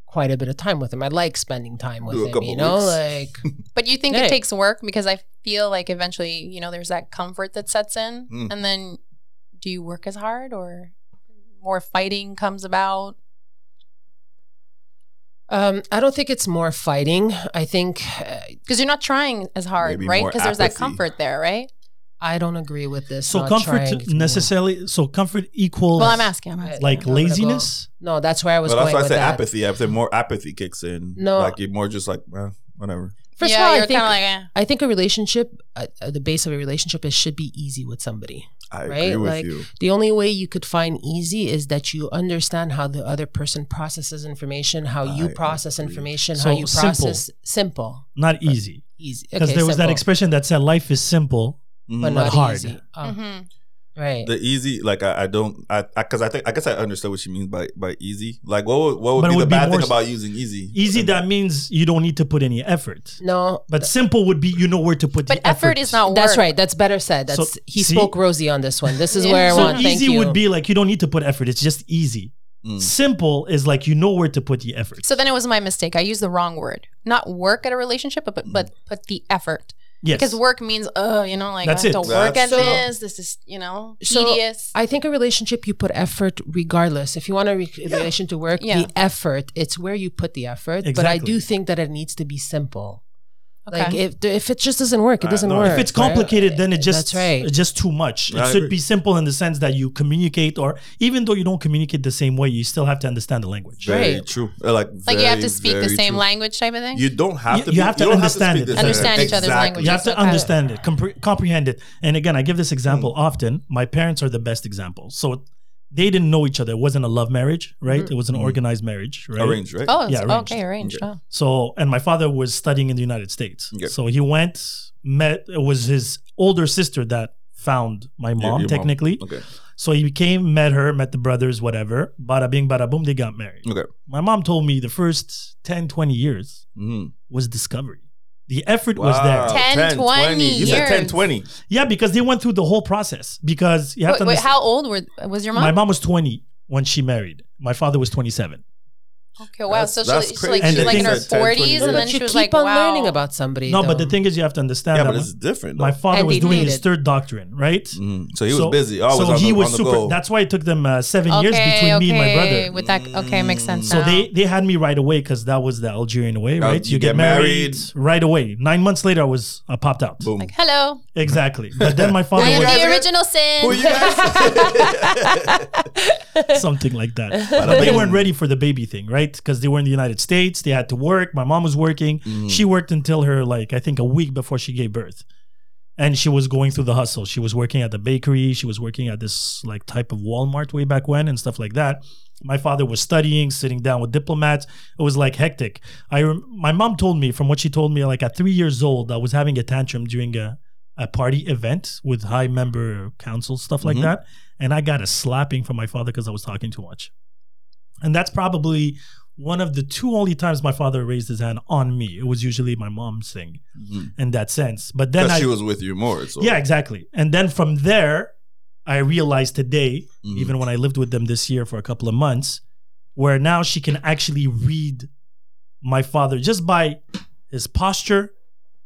S5: quite a bit of time with him. I like spending time with
S4: Do a
S5: him,
S4: couple
S5: you know,
S4: weeks.
S5: like
S2: But you think
S5: Yeah.
S2: it takes work because I feel like eventually, you know, there's that comfort that sets in.
S4: Mm.
S2: And then do you work as hard or more fighting comes about?
S5: um I don't think it's more fighting. I think uh,
S2: Because you're not trying as hard,
S4: Maybe
S2: right?
S4: more
S2: Because there's that
S4: apathy.
S2: comfort there, right?
S5: I don't agree with this.
S3: So
S5: not trying
S3: comfort
S5: to-
S3: necessarily. So comfort equals
S2: Well, I'm asking. I'm asking.
S3: like
S5: I'm gonna
S3: laziness.
S5: No, that's where I was
S4: But that's
S5: going
S4: why I
S5: with
S4: say
S5: that.
S4: apathy. I think more apathy kicks in.
S5: No.
S4: like you're more just like eh, whatever.
S5: First
S2: yeah,
S5: of all,
S2: you're
S5: I think
S2: kind of like, eh.
S5: I think a relationship, uh, uh, the base of a relationship is should be easy with somebody.
S4: I
S5: Right?
S4: agree with
S5: Like,
S4: you.
S5: The only way you could find easy is that you understand how the other person processes information, how you
S4: I
S5: process
S4: agree.
S5: information,
S3: So
S5: how you
S3: simple.
S5: process simple,
S3: Not easy.
S5: easy.
S3: Because there was that
S5: simple,
S3: expression that said life is simple.
S4: Mm.
S3: but
S5: but not
S3: hard.
S5: easy. Um,
S2: mhm.
S5: Right.
S4: the easy, like I, I don't, I because I, think I guess I understood what she means by by easy. Like what would, what would
S3: But it
S4: be the
S3: would be
S4: bad
S3: more
S4: thing
S3: s-
S4: about using easy?
S3: Easy,
S4: And-
S3: that means you don't need to put any effort.
S5: no,
S3: But simple would be you know where to put
S2: But
S3: the
S2: effort is not work.
S5: that's right. That's better said. That's
S3: So,
S5: he
S3: see?
S5: spoke rosy on this one. This is where I
S3: So
S5: want. Thank
S3: easy
S5: you.
S3: would be like you don't need to put effort. It's just easy.
S4: Mm.
S3: Simple is like you know where to put the effort.
S2: So then it was my mistake. I used the wrong word. Not work at a relationship, but but,
S4: Hmm.
S2: but put the effort.
S3: yes.
S2: Because work means, oh, you know, like
S3: That's
S2: I have
S3: it.
S2: to work
S4: That's
S2: at
S4: true.
S2: this. This is, you know,
S5: So-
S2: tedious.
S5: I think a relationship you put effort regardless. If you want a re- relation to work,
S2: Yeah.
S5: the effort it's where you put the effort. But I
S3: Exactly.
S5: do think that it needs to be simple.
S2: okay.
S5: Like if if it just doesn't work, it
S4: I
S5: doesn't
S4: know.
S5: work.
S3: if it's
S5: right?
S3: complicated, then it just
S5: That's right.
S3: it's just too much. It
S4: I
S3: should be
S4: agree.
S3: simple in the sense that you communicate, or even though you don't communicate the same way, you still have to understand the language.
S4: very
S5: Right.
S4: true. Uh, Like
S2: like
S4: very,
S2: you have to speak the
S4: very
S2: same
S4: true.
S2: language type of thing?
S4: You don't have
S3: You-
S4: to.
S3: you
S4: be-
S3: have to
S4: don't
S3: understand
S4: to speak
S3: it.
S4: the same
S2: Understand each other's
S4: Exactly.
S2: language.
S3: You have to
S2: Okay.
S3: understand it, compre- comprehend it. And again, I give this example
S4: Mm.
S3: often. My parents are the best example. So they didn't know each other. It wasn't a love marriage, right?
S5: Mm.
S3: It was an organized marriage, right?
S4: Mm. Arranged, right?
S2: oh, it's-
S3: Yeah, arranged.
S2: okay, arranged.
S4: Okay.
S2: Oh.
S3: So, and my father was studying in the United States.
S4: Okay.
S3: So he went, met, it was his older sister that found my
S4: Your-
S3: mom,
S4: your
S3: technically.
S4: Okay.
S3: So he came, met her, met the brothers, whatever. Bada bing, bada boom, they got married.
S4: Okay.
S3: My mom told me the first 10, 20 years
S4: Mm.
S3: was discovery. The effort was there.
S2: 10, 20
S4: You said
S2: years.
S4: 10, 20.
S3: Yeah, because they went through the whole process. Because you have
S2: Wait,
S3: to
S2: wait,
S3: understand,
S2: how old were, was your mom?
S3: my mom was 20 when she married. My father was 27.
S2: Okay, wow.
S4: That's-
S2: so she,
S4: that's
S2: she,
S4: crazy.
S2: like,
S3: And the
S2: she was like in
S3: thing
S2: her
S4: is- 10, 20
S2: forties,
S4: years.
S2: and then
S5: But
S2: she
S5: you
S2: was like,
S5: keep on
S2: wow.
S5: learning about somebody.
S3: No, but
S5: though.
S3: the thing is, you have to understand
S4: Yeah,
S3: that
S4: but it's
S3: my-
S4: different.
S3: my
S4: though.
S3: father
S5: And
S3: was
S5: they
S3: doing
S5: made
S3: his
S5: it.
S3: third doctrine, right?
S4: Mm. So he was busy. Always on the, on the go.
S3: That's why it took them uh, seven
S2: okay,
S3: years between
S2: okay,
S3: me and my brother.
S2: With that, okay, makes sense.
S3: So
S2: now.
S3: they they had me right away because that was the Algerian way,
S4: Now
S3: right?
S4: you get married.
S3: right away. Nine months later, I was I popped out.
S4: Boom.
S2: like, hello,
S3: Exactly. But then my
S2: I
S3: father
S2: am
S4: you guys
S3: was
S2: the
S4: are-
S2: original
S4: Who you
S2: sin.
S4: guys?
S3: something like that. But they weren't ready for the baby thing, right? Because they were in the United States, they had to work. My mom was working.
S4: Mm-hmm.
S3: She worked until her like I think a week before she gave birth. And she was going through the hustle. She was working at the bakery. She was working at this like type of Walmart way back when and stuff like that. My father was studying, sitting down with diplomats. It was like hectic. I rem- my mom told me from what she told me like at 3 years old I was having a tantrum during a a party event with high member council stuff like
S4: Mhm.
S3: that and I got a slapping from my father cuz I was talking too much. And that's probably one of the two only times my father raised his hand on me. It was usually my mom's thing
S4: Mhm.
S3: in that sense. But then
S4: Because
S3: I
S4: she was with you more. So.
S3: yeah, exactly. And then from there, I realized today,
S4: Mhm.
S3: even when I lived with them this year for a couple of months, where now she can actually read my father just by his posture,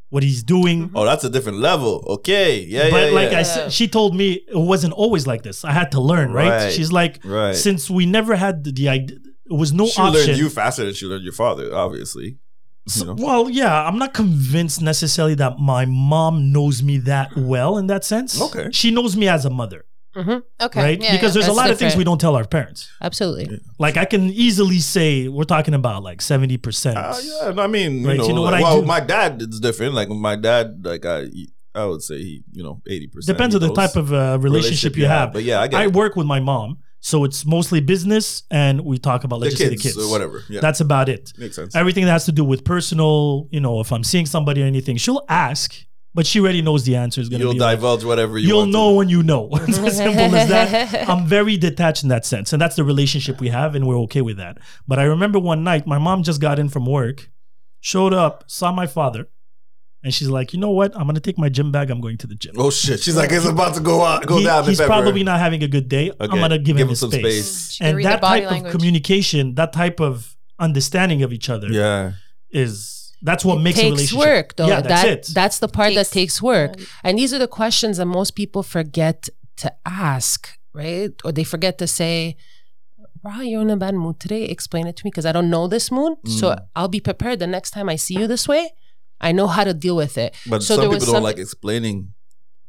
S3: what he's doing.
S4: Oh, that's a different level. Okay. Yeah,
S3: but
S4: yeah,
S3: like
S4: yeah.
S3: I said, she told me it wasn't always like this. I had to learn, right?
S4: Right.
S3: She's like,
S4: Right.
S3: since we never had the, the idea, it was no
S4: she
S3: option.
S4: learned you faster than she learned your father, obviously. Ah,
S3: So-
S4: you know?
S3: Well, yeah, I'm not convinced necessarily that my mom knows me that well in that sense.
S4: Okay.
S3: She knows me as a mother.
S2: Okay,
S3: right? because
S2: yeah, yeah.
S3: there's a
S5: That's
S3: lot of things
S5: different.
S3: we don't tell our parents.
S5: absolutely.
S3: Like I can easily say we're talking about like seventy percent.
S4: Uh, yeah, and I mean,
S3: Right,
S4: you know,
S3: you know what
S4: like,
S3: I
S4: well,
S3: do-
S4: my dad is different. Like my dad, like I, I would say he, you know, eighty percent
S3: Depends on the type of uh, relationship, you have.
S4: But yeah, I get
S3: I
S4: it.
S3: work with my mom, so it's mostly business, and we talk about
S4: the
S3: let's just say
S4: kids,
S3: the kids.
S4: or whatever. Yeah,
S3: That's about it.
S4: makes sense.
S3: Everything that has to do with personal, you know, if I'm seeing somebody or anything, she'll ask, but she already knows the answer is going to
S4: You'll
S3: be. like-
S4: divulge whatever you.
S3: You'll
S4: want to.
S3: know when you know. it's as simple as that. I'm very detached in that sense. And that's the relationship we have, and we're okay with that. But I remember one night, my mom just got in from work, showed up, saw my father, and she's like, you know what? I'm going to take my gym bag. I'm going to the gym.
S4: Oh shit! She's like, it's about to go out, go
S3: He-
S4: down. in
S3: he's
S4: February.
S3: probably not having a good day. I'm
S4: Okay,
S3: going to give, him, his
S4: some
S3: space.
S4: space.
S2: She can
S3: And
S2: read the
S3: that
S2: body
S3: type of
S2: language.
S3: communication, that type of understanding of each other
S4: Yeah.
S3: is that's what makes a
S5: takes
S3: relationship
S5: work though.
S3: Yeah, that's
S5: that,
S3: it.
S5: that's the part
S2: Takes-
S5: that takes work.
S2: Yeah.
S5: And these are the questions that most people forget to ask, right? Or they forget to say, Rah, you're in a bad mood today. Explain it to me because I don't know this mood. So
S4: Mm.
S5: I'll be prepared the next time I see you this way. I know how to deal with it.
S4: But
S5: So
S4: some
S5: there
S4: people
S5: was
S4: don't
S5: some-
S4: like explaining.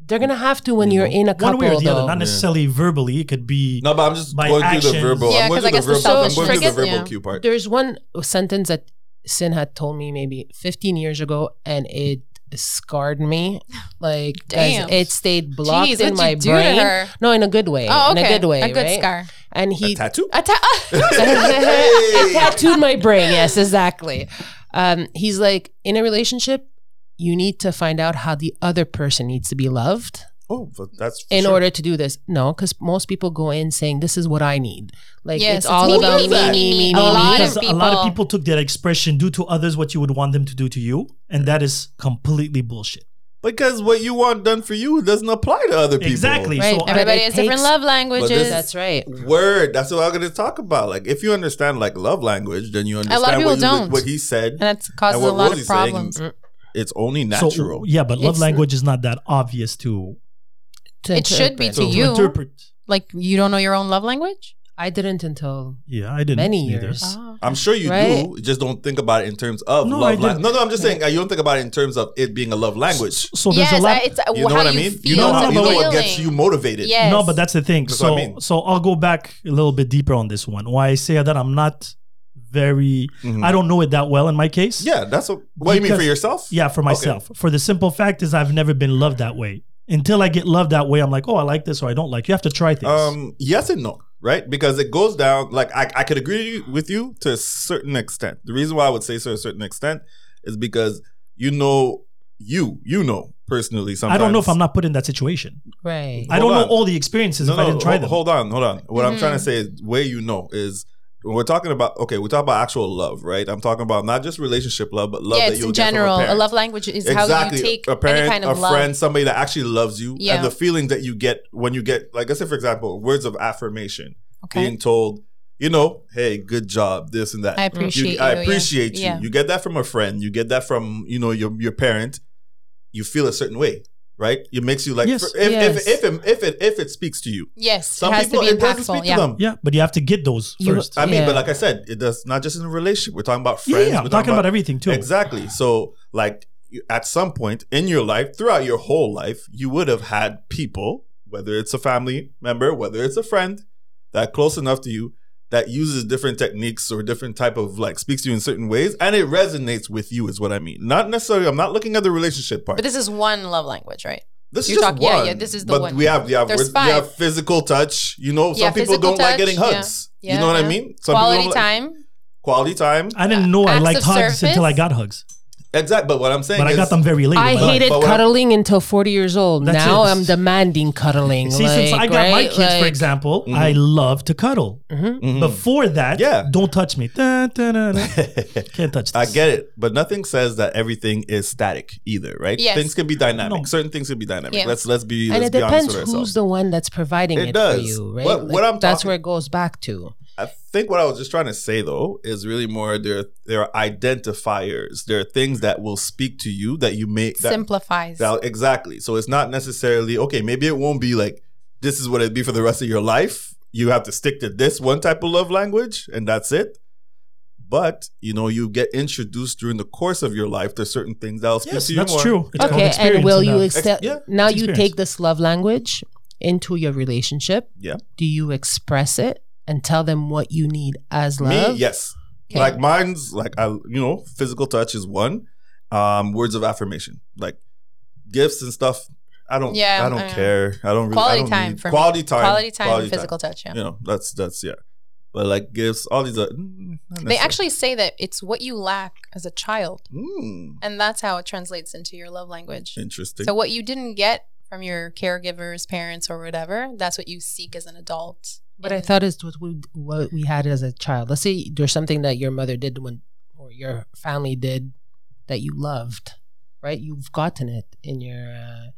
S5: They're gonna have to when
S4: You
S5: you're
S4: know,
S5: in a couple.
S3: one way or the
S5: though.
S3: other, not
S4: Yeah.
S3: necessarily verbally. It could be
S4: No, but I'm just
S3: By
S4: going through the
S3: actions.
S4: verbal.
S2: Yeah,
S4: I'm going
S2: 'cause I
S4: through the
S2: guess the
S4: verbal. I'm
S5: selfish
S4: going through the
S2: forget-
S4: verbal
S2: yeah.
S4: cue part.
S5: There's one sentence that Sin had told me maybe 15 years ago, and it scarred me. Like, guys,
S2: Damn.
S5: it stayed blocked
S2: Jeez, what'd
S5: in my
S2: you do to
S5: brain.
S2: her?
S5: No, in a good way.
S2: Oh, okay.
S5: In a good way.
S2: A good
S5: right?
S2: scar.
S5: And he
S4: A tattoo.
S2: A ta-
S5: it tattooed my brain. Yes, exactly. Um, he's like, in a relationship, you need to find out how the other person needs to be loved
S4: Oh, but that's for
S5: in
S4: sure.
S5: order to do this. No, because most people go in saying, this is what I need. Like,
S2: Yes, it's
S5: it's all
S2: me,
S5: about
S2: me,
S5: me,
S2: me,
S5: me,
S2: me,
S5: me,
S2: a
S5: me,
S2: lot
S5: me.
S2: of
S3: because a lot of
S2: people-
S3: people took that expression do to others what you would want them to do to you, and that is completely bullshit.
S4: Because what you want done for you doesn't apply to other people.
S3: Exactly.
S5: Right,
S3: So I-
S5: but
S2: Everybody
S5: it
S2: has different
S5: takes-
S2: love
S4: But
S2: languages.
S4: this-
S5: That's right.
S4: Word. That's what I'm going to talk about. Like, if you understand like love language, then you
S2: of
S4: understand
S2: people
S4: what, you,
S2: don't.
S4: what he said.
S2: and that causes
S4: And what
S2: a lot
S4: Rosie's
S2: of
S4: saying-
S2: problems.
S4: It's only
S3: so,
S4: natural.
S3: yeah, but love
S5: It's-
S3: language is not that obvious to,
S5: To
S2: It should be
S5: interpret.
S2: To
S3: to
S2: you.
S3: interpret.
S2: like you don't know your own love language.
S5: I didn't until
S3: Yeah, I didn't.
S5: Many
S3: either.
S5: years.
S4: I'm sure you
S5: Right?
S4: do. You just don't think about it in terms of
S3: No, I
S4: love
S3: didn't.
S4: language. No, no, I'm just saying uh, you don't think about it in terms of it being a love language.
S3: So there's
S2: yes,
S3: a lot.
S2: I- it's uh,
S4: You know
S2: how
S4: what I
S2: you
S4: mean?
S2: feel.
S4: You know,
S3: No,
S4: how,
S3: no,
S4: you
S3: but
S4: know
S3: what-
S4: what gets you motivated.
S2: Yes.
S3: No, but that's the thing.
S4: That's
S3: so
S4: what I mean.
S3: so I'll go back a little bit deeper on this one. Why I say that I'm not very
S4: Mhm.
S3: I don't know it that well in my case.
S4: Yeah, that's what. What you mean
S3: Because-
S4: for yourself?
S3: Yeah, for myself. For the simple fact is I've never been loved that way. Until I get loved that way, I'm like, oh, I like this or I don't like. You have to try things.
S4: Um, yes and no, right? Because it goes down. Like I, I could agree with you to a certain extent. The reason why I would say so to a certain extent is because you know you you know personally. Sometimes
S3: I don't know if I'm not put in that situation.
S5: right.
S3: I
S4: Hold
S3: don't
S4: on.
S3: know all the experiences if I didn't try
S4: hold,
S3: them.
S4: hold on, hold on. What I'm
S2: Mhm.
S4: trying to say is where you know is when we're talking about okay, we're talking about actual love, right? I'm talking about not just relationship love, but love
S2: yeah,
S4: that
S2: it's
S4: you'll
S2: in
S4: get from
S2: general.
S4: a,
S2: A
S4: parent.
S2: love language is how you
S4: exactly.
S2: take
S4: a parent,
S2: any kind of
S4: a
S2: love.
S4: friend, somebody that actually loves you,
S2: Yeah.
S4: and the feelings that you get when you get, like, let's say for example, words of affirmation,
S2: okay,
S4: being told, you know, hey, good job, this and that.
S2: I appreciate you.
S4: I
S2: yeah.
S4: appreciate you.
S2: Yeah.
S4: You get that from a friend. You get that from you know your your parent. You feel a certain way, right? It makes you like
S3: Yes.
S4: if, if,
S5: Yes.
S4: if it if it if it speaks to you.
S2: Yes,
S4: Some
S2: it has
S4: people
S2: to be
S4: it doesn't
S2: impactful.
S4: speak
S2: Yeah,
S4: to them.
S3: yeah, but you have to get those
S5: You-
S3: first.
S4: I mean,
S5: Yeah.
S4: but like I said, it does not just in a relationship. We're talking about
S3: Yeah,
S4: friends.
S3: yeah,
S4: we're
S3: I'm talking about everything too.
S4: Exactly. So, like, you- at some point in your life, throughout your whole life, you would have had people, whether it's a family member, whether it's a friend, that close enough to you that uses different techniques or different type of like speaks to you in certain ways, and it resonates with you. Is what I mean. Not necessarily. I'm not looking at the relationship part.
S2: but this is one love language, right?
S4: This is
S2: You're
S4: just
S2: talking-
S4: one.
S2: yeah, yeah, this is the
S4: but
S2: one.
S4: we have we have,
S2: There's
S4: words- we
S2: five.
S4: have physical touch. You know, some
S2: Yeah,
S4: people
S2: physical
S4: don't like getting
S2: touch, yeah.
S4: hugs.
S2: Yeah,
S4: you know what
S2: yeah.
S4: I mean? Some people
S2: Quality
S4: don't like-
S2: time.
S4: Quality time.
S3: I didn't know I
S2: Acts
S3: liked
S2: of
S3: hugs
S2: service?
S3: until I got hugs,
S4: Exactly. But what I'm saying
S3: but I
S4: is,
S3: got them very late. in
S5: I
S3: my life.
S5: hated
S4: But what I-
S5: cuddling until 40 years old.
S3: That's
S5: now
S3: it.
S5: I'm demanding cuddling.
S3: See,
S5: like,
S3: since I got my
S5: right?
S3: kids,
S5: Like-
S3: for example,
S4: Mhm.
S3: I love to cuddle.
S5: Mhm.
S4: Mhm.
S3: Before that,
S4: Yeah.
S3: don't touch me. Dun, dun, dun, dun. Can't touch this.
S4: I get it, but nothing says that everything is static either, right?
S2: Yes.
S4: Things can be dynamic.
S3: No.
S4: Certain things can be dynamic.
S2: Yeah.
S4: Let's let's be
S5: And
S4: let's
S5: it
S4: be honest
S5: depends
S4: with
S5: who's
S4: ourselves.
S5: the one that's providing
S4: It
S5: it,
S4: does.
S5: for you, right?
S4: What- what I'm
S5: that's
S4: talking-
S5: where it goes back to.
S4: I think what I was just trying to say though is really more there there are identifiers. There are things that will speak to you that you may that,
S2: simplifies.
S4: that- exactly. So it's not necessarily okay. Maybe it won't be like this is what it'd be for the rest of your life. You have to stick to this one type of love language, and that's it. But you know, you get introduced during the course of your life to certain things that will speak
S3: Yes,
S4: to you
S3: that's
S4: more.
S3: true. It's called
S5: Okay, and
S3: experience
S5: will
S3: in
S5: you
S3: that.
S4: Ex-
S5: accept?
S4: yeah,
S5: now
S3: it's
S5: you
S3: experience.
S5: take this love language into your relationship.
S4: Yeah.
S5: Do you express it and tell them what you need as love?
S4: Me, yes.
S5: Okay.
S4: Like mine's like I, you know, physical touch is one. Um, words of affirmation, like gifts and stuff. I don't.
S2: Yeah,
S4: I don't
S2: I know.
S4: care. I don't really. I
S2: Quality
S4: don't
S2: time
S4: need-
S2: for me.
S4: quality time.
S2: Quality time and physical touch. Yeah.
S4: You know, that's that's yeah. But like gifts, all these. Are, mm, not
S2: They
S4: necessary.
S2: actually say that it's what you lack as a child,
S4: Mm,
S2: and that's how it translates into your love language.
S4: interesting.
S2: So what you didn't get from your caregivers, parents, or whatever, that's what you seek as an adult.
S5: But I
S2: And-
S5: thought it's what we what we had as a child. Let's say there's something that your mother did when or your family did that you loved, right? You've gotten it in your uh,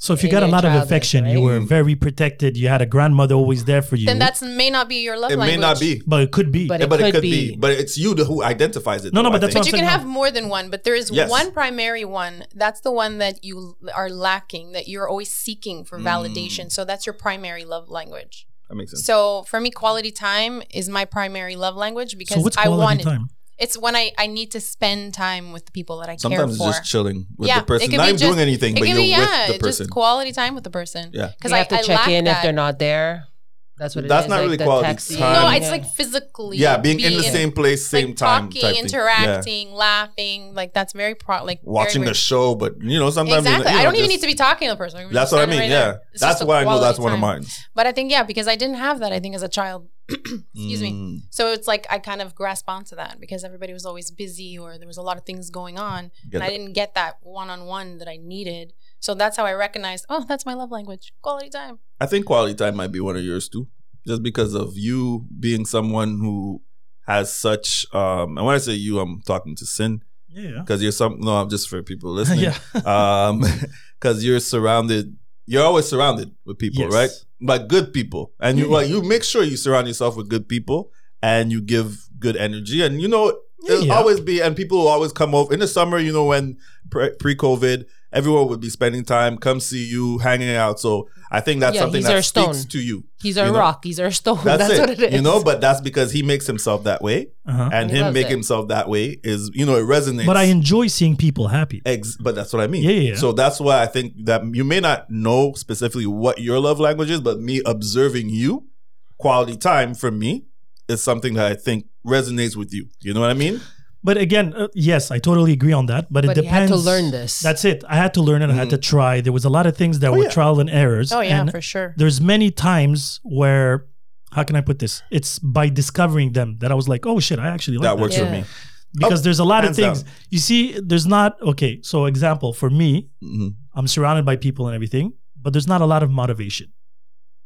S3: So if you
S5: In
S3: got a
S5: your
S3: lot of
S5: childhood,
S3: affection, you were
S5: right?
S3: very protected. You had a grandmother always there for you.
S2: Then that's may not be your love
S4: It
S2: language.
S4: may not be,
S3: but it could be.
S5: But
S4: Yeah, but it
S5: could
S4: could be.
S5: be.
S4: But it's you who identifies it.
S3: No, no,
S4: though,
S3: but
S4: I
S3: that's
S4: think.
S3: what
S2: But you
S3: I'm
S2: can
S3: saying.
S2: have more than one, but there is
S4: Yes.
S2: one primary one. That's the one that you l- are lacking, that you're always seeking
S4: Mm.
S2: for validation. So that's your primary love language.
S4: that makes sense.
S2: So for me, quality time is my primary love language because
S3: so what's
S2: I
S3: quality
S2: want
S3: time?
S2: it's when I, I need to spend time with the people that I
S4: Sometimes it's
S2: care for.
S4: just chilling with
S2: Yeah,
S4: the
S2: it
S4: person.
S2: could
S4: Not
S2: be
S4: even doing
S2: just-
S4: anything,
S2: it
S4: but
S2: can
S4: you're
S2: be yeah,
S4: with the person.
S2: just quality time with the person.
S4: Yeah.
S2: because
S5: You
S2: I
S5: have to
S2: I
S5: check
S2: lack
S5: in if
S2: that.
S5: they're not there. That's what it is.
S4: That's not
S5: like
S4: really
S5: the
S4: quality
S5: taxi.
S4: time.
S2: No,
S4: Um,
S2: it's like physically.
S4: yeah, being in the
S2: being-
S4: same place,
S2: like
S4: same time,
S2: talking,
S4: type thing. Yeah.
S2: interacting, laughing. Like that's very pro. Like very,
S4: watching
S2: very-
S4: the show, but you know, sometimes you-
S2: Exactly. I
S4: you know,
S2: don't even
S4: just-
S2: need to be talking to the person. We're
S4: That's
S2: just
S4: what I
S2: standing
S4: mean.
S2: right
S4: yeah,
S2: there. It's
S4: that's
S2: just a
S4: why I know
S2: quality
S4: that's one of
S2: time.
S4: mine.
S2: But I think yeah, because I didn't have that. I think as a child, excuse
S4: Mm.
S2: me. So it's like I kind of grasp onto that because everybody was always busy or there was a lot of things going on, and I didn't get that one-on-one that I needed. So that's how I recognized. Oh, that's my love language: quality time.
S4: I think quality time might be one of yours too, just because of you being someone who has such. um And when I say you, I'm talking to Sin
S3: Yeah.
S4: because you're some. No, I'm just for people listening.
S3: yeah.
S4: um because you're surrounded you're always surrounded with people
S3: Yes.
S4: right but good people and you like you make sure you surround yourself with good people and you give good energy and you know it'll
S3: Yeah.
S4: always be and people will always come over in the summer you know when pre- pre-covid everyone would be spending time come see you hanging out so i think that's
S5: Yeah,
S4: something
S5: he's
S4: that
S5: our stone.
S4: speaks to you
S5: He's our
S4: You know?
S5: rock. He's our stone.
S4: that's,
S5: That's,
S4: it,
S5: what it is.
S4: you know but that's because he makes himself that way
S3: Uh-huh.
S4: and
S5: He
S4: him
S5: loves
S4: make
S5: it.
S4: himself that way is you know it resonates
S3: But I enjoy seeing people happy.
S4: Ex- but that's what I mean.
S3: Yeah, yeah, yeah.
S4: So that's why I think that you may not know specifically what your love language is, but me observing you, quality time for me is something that I think resonates with you. You know what I mean?
S3: But again, uh, yes, I totally agree on that. But,
S5: But
S3: it
S5: you had
S3: depends.
S5: to learn this.
S3: That's it. I had to learn it. I had
S4: Mhm.
S3: to try. There was a lot of things that
S4: Oh,
S3: were
S4: yeah.
S3: trial and errors.
S2: Oh yeah,
S3: and
S2: for sure.
S3: there's many times where, how can I put this? It's by discovering them that I was like, oh shit, I actually like that.
S4: that works
S5: Yeah.
S4: for me.
S3: Because
S4: Oh,
S3: there's a lot of
S4: hands down.
S3: things. You see, there's not, okay, so example, for me,
S4: Mhm.
S3: I'm surrounded by people and everything, but there's not a lot of motivation.